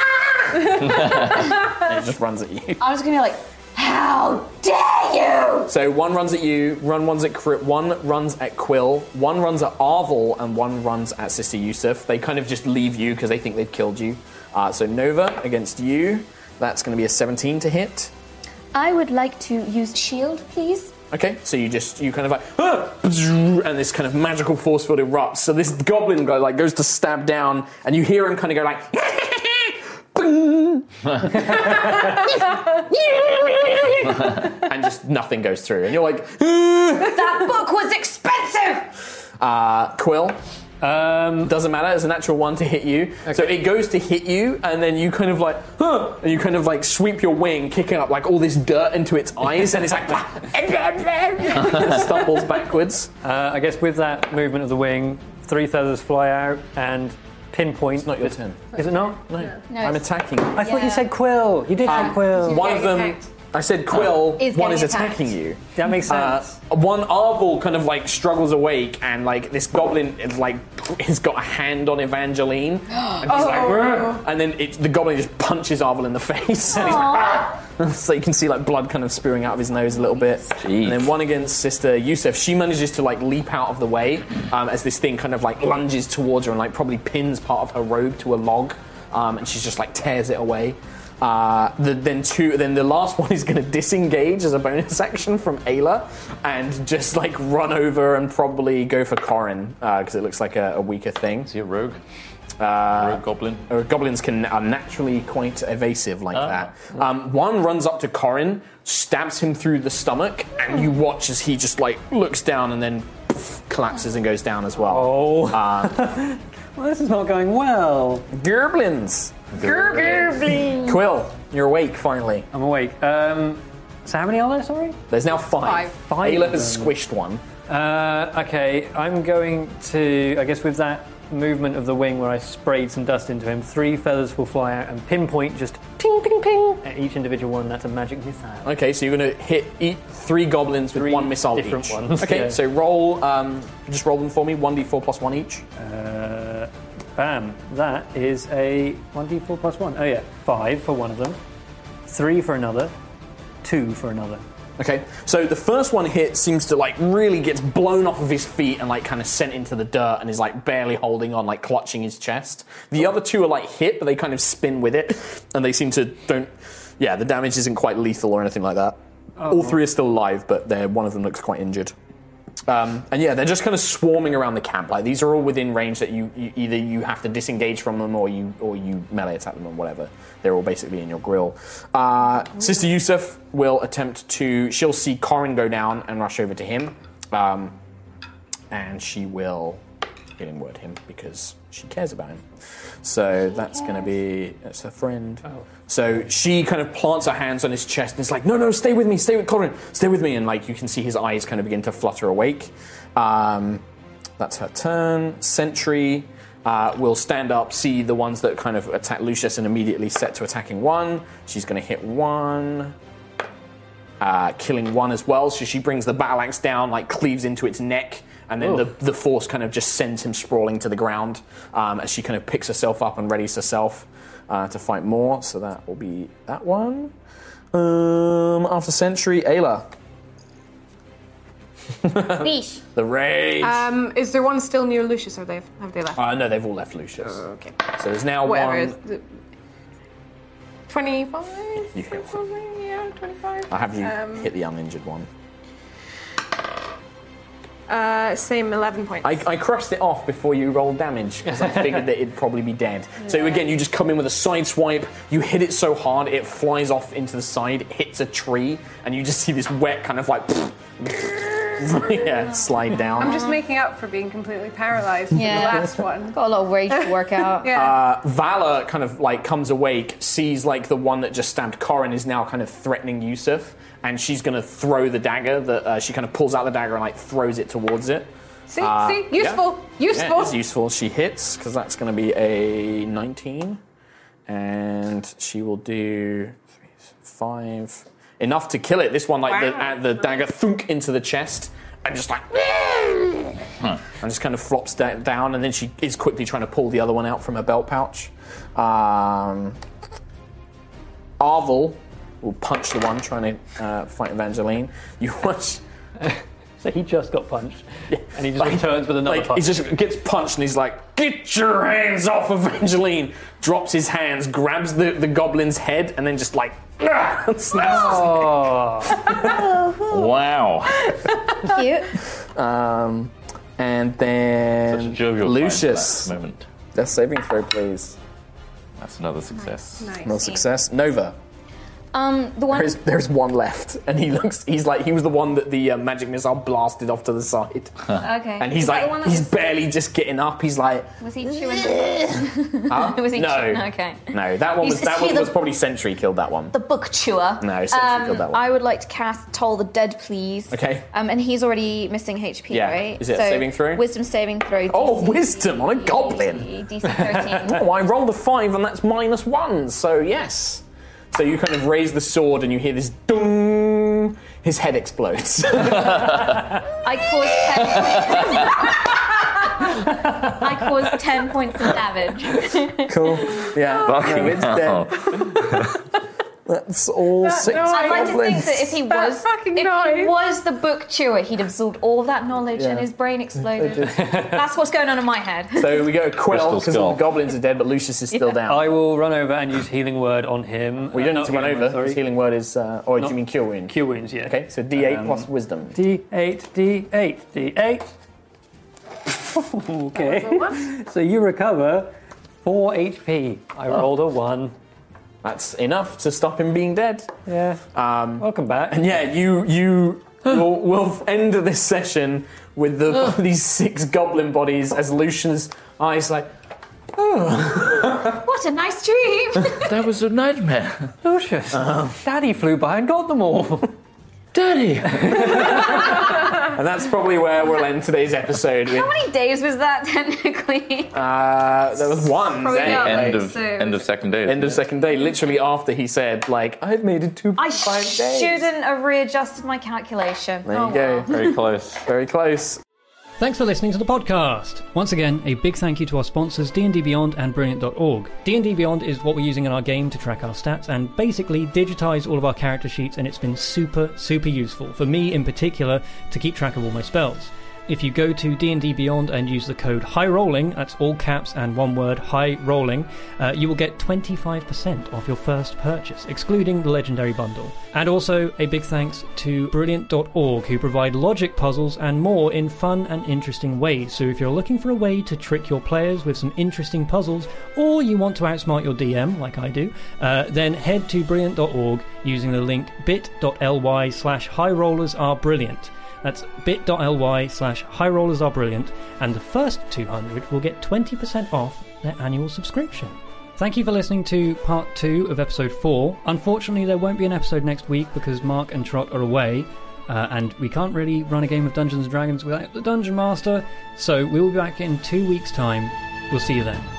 F: and it just runs at you.
G: I was gonna be like, how dare you!
F: So one runs at you, run runs at Cri- one runs at Quill, one runs at Arvel, and one runs at Sister Yusuf. They kind of just leave you because they think they've killed you. Uh, so Nova against you. That's going to be a 17 to hit.
I: I would like to use shield, please.
F: Okay, so you just you kind of like "Ah!" and this kind of magical force field erupts. So this goblin guy like goes to stab down, and you hear him kind of go like. "Bing!" and just nothing goes through, and you're like, "Ah!"
G: That book was expensive!
F: uh, Quill,
B: Um,
F: Doesn't matter. It's a natural one to hit you. So it goes to hit you, and then you kind of like, huh, and you kind of like sweep your wing, kicking up like all this dirt into its eyes, and it's like, it stumbles backwards.
B: uh, I guess with that movement of the wing, three feathers fly out and pinpoint. It's
F: not your turn.
B: Is it not?
F: No, I'm attacking.
B: I thought you said quill. You did say quill.
F: One of them,
C: attacked.
F: I said Quill.
I: Is
F: one
I: getting
F: is
I: attacked.
F: attacking you.
B: That makes
F: Uh,
B: sense.
F: one Arvel kind of like struggles awake, and like this goblin is like has got a hand on Evangeline, and he's like,
B: Oh.
F: "Grr," and then it, the goblin just punches Arvel in the face, and he's like, "Ah!" so you can see like blood kind of spewing out of his nose a little bit. And then one against Sister Yusuf, she manages to like leap out of the way um, as this thing kind of like lunges towards her and like probably pins part of her robe to a log, um, and she just like tears it away. Uh, the, then two, then the last one is going to disengage as a bonus action from Ayla and just like run over and probably go for Corin because it looks like a, a weaker thing.
D: See a rogue?
F: Uh,
D: rogue goblin?
F: or goblins can are naturally quite evasive like
D: Ah.
F: that. Um, one runs up to Corin, stabs him through the stomach, and you watch as he just like looks down and then poof, collapses and goes down as well.
B: Oh. Um.
F: Uh,
B: well, this is not going well.
F: Gerblins. Quill, you're awake finally.
B: I'm awake. Um, so how many are there? Sorry.
F: There's now
C: Five.
F: five.
B: Five
F: Ayla
B: of
F: has squished one.
B: Uh, okay, I'm going to. I guess with that movement of the wing where I sprayed some dust into him, three feathers will fly out and pinpoint just ping, ping, ping at each individual one. That's a magic missile.
F: Okay, so you're going to hit eat three goblins with
B: Three
F: one missile
B: different
F: each.
B: ones,
F: Okay,
B: yeah.
F: so roll, um, just roll them for me. One d4 plus one each.
B: Uh, bam. That is a 1d4 plus 1. Oh, yeah. 5 for one of them, 3 for another, 2 for another.
F: Okay, so the first one hit seems to like really gets blown off of his feet and like kind of sent into the dirt and is like barely holding on, like clutching his chest. The other two are like hit, but they kind of spin with it, and they seem to don't. Yeah, the damage isn't quite lethal or anything like that.
B: Oh.
F: All three are still alive, but they're, one of them looks quite injured. Um, and yeah, they're just kind of swarming around the camp. Like these are all within range that you, you either you have to disengage from them or you or you melee attack them or whatever. They're all basically in your grill. Uh, Sister Yusuf will attempt to. She'll see Corin go down and rush over to him, um, and she will healing word him because she cares about him. So that's going to be that's her friend. So she kind of plants her hands on his chest and is like, "No, no, stay with me, stay with Corin, stay with me." And like you can see his eyes kind of begin to flutter awake. Um, that's her turn. Sentry uh, will stand up, see the ones that kind of attack Lucius, and immediately set to attacking one. She's going to hit one uh, killing one as well. So she brings the battle axe down, like cleaves into its neck, and then the, the force kind of just sends him sprawling to the ground um, as she kind of picks herself up and readies herself uh, to fight more. So that will be that one. Um, after Sentry, Ayla,
I: Beesh.
F: the rage.
C: Um, is there one still near Lucius? Or they have they left?
F: uh, no, they've all left Lucius.
C: okay.
F: so there's now
C: Whatever.
F: one.
C: Is the, 25?
F: You hit one.
C: Something, Yeah, 25.
F: I'll have you
C: Um,
F: hit the uninjured one.
C: Uh, same 11 points.
F: I, I crossed it off before you rolled damage because I figured that it'd probably be dead. So again, you just come in with a side swipe. You hit it so hard it flies off into the side, it hits a tree, and you just see this wet kind of like yeah slide
C: I'm
F: down.
C: just making up for being completely paralyzed from
I: Yeah.
C: the last one.
I: Got a lot of rage to work out.
C: Yeah.
F: Uh, Valor kind of like comes awake, sees like the one that just stabbed Corin is now kind of threatening Yusuf, and she's gonna throw the dagger. That uh, she kind of pulls out the dagger and like throws it towards it.
C: see,
F: Uh,
C: see,
F: yeah.
C: useful,
F: Yeah,
C: useful.
F: it's useful. She hits because that's going to be a 19, and she will do three, five enough to kill it. This one, like the,
C: Wow.
F: uh, the dagger, thunk into the chest, and just like, and just kind of flops da- down, and then she is quickly trying to pull the other one out from her belt pouch. Um, Arvel will punch the one trying to uh, fight Evangeline. You watch.
B: So he just got punched. And he just returns with another
F: like,
B: punch.
F: He just gets punched and he's like, "Get your hands off Evangeline!" Drops his hands, grabs the, the goblin's head, and then just like "Ah," and snaps.
B: Oh.
D: Wow.
I: Cute.
F: Um, and
D: Such a
F: then
D: jovial time for
F: Lucius,
D: that moment.
F: death saving throw, please.
D: That's another success.
F: No success. Nova.
G: Um, the one.
F: There's there's one left, and he looks. He's like he was the one that the uh, magic missile blasted off to the side,
G: okay.
F: and he's
G: Is that the
F: like
G: one that
F: he's
G: was,
F: barely just getting up. He's like,
G: was he chewing?
F: huh?
G: Was he
F: no,
G: chewing? Okay.
F: no, that one
G: You
F: was that
G: see
F: one
G: the-
F: was probably Sentry killed that one.
G: the book chewer. Um,
F: No, Sentry killed that one.
G: I would like to cast Toll the Dead, please.
F: Okay.
G: Um, and he's already missing HP,
F: Yeah.
G: right?
F: Is it a saving throw?
G: Wisdom saving throw.
F: Oh,
G: DC
F: wisdom on a goblin.
G: DC 13.
F: Oh, I rolled a five, and that's minus one. So yes. So you kind of raise the sword, and you hear this dung. His head explodes.
G: I caused 10 I caused 10 points of damage.
F: cool. Yeah.
D: Fucking
F: no, it's
D: hell.
F: dead. That's all six
C: noise.
G: I'd like to think
F: goblins.
G: that if he
C: That
G: was
C: fucking
G: if he
C: noise.
G: was the book chewer, he'd absorbed all that knowledge and
F: Yeah.
G: his brain exploded. That's what's going on in my head.
F: So we go Quill
D: Crystal
F: because
D: skull.
F: the goblins are dead, but Lucius is still down.
B: I will run over and use healing word on him.
F: we don't
B: Uh,
F: need to
B: not
F: run
B: healing
F: over.
B: word,
F: His
B: Sorry.
F: healing word is, uh, or do you mean cure wound?
B: Q wounds, yeah.
F: Okay, so D8
B: Um,
F: plus wisdom.
B: D8, D8, D8. okay. So you recover 4 HP.
F: Oh.
B: I rolled a 1.
F: That's enough to stop him being dead.
B: Yeah.
F: Um,
B: Ah. Welcome back.
F: And yeah, you you will will end this session with the, these six goblin bodies as Lucian's eyes like,
G: What a nice dream!
D: That was a nightmare.
B: Lucius, Daddy flew by and got them all.
D: Daddy!
F: and that's probably where we'll end today's episode. With,
G: How many days was that technically?
F: uh, there was one
G: Probably
F: day,
G: not.
F: like,
D: end of
G: so-
D: end of second day.
F: end of second day, literally after he said like, I've made it two
G: I
F: point five days.
G: shouldn't have readjusted my calculation. Oh,
F: There you go.
D: Very close.
F: Very close.
K: Thanks for listening to the podcast. Once again, a big thank you to our sponsors D&D Beyond and brilliant.org. D&D Beyond is what we're using in our game to track our stats and basically digitize all of our character sheets and it's been super super useful for me in particular to keep track of all my spells. If you go to D&D Beyond and use the code high rolling, that's all caps and one word high rolling, uh, you will get 25% off your first purchase, excluding the legendary bundle. And also a big thanks to brilliant.org who provide logic puzzles and more in fun and interesting ways. So if you're looking for a way to trick your players with some interesting puzzles or you want to outsmart your DM like I do, uh, then head to brilliant.org using the link bit.ly slash high rollers are brilliant. That's bit.ly slash high rollers are brilliant, and the first 200 will get 20% off their annual subscription. Thank you for listening to part two of episode four. Unfortunately, there won't be an episode next week because Mark and Trot are away, uh, and we can't really run a game of Dungeons and Dragons without the Dungeon Master, so we will be back in two weeks' time. We'll see you then.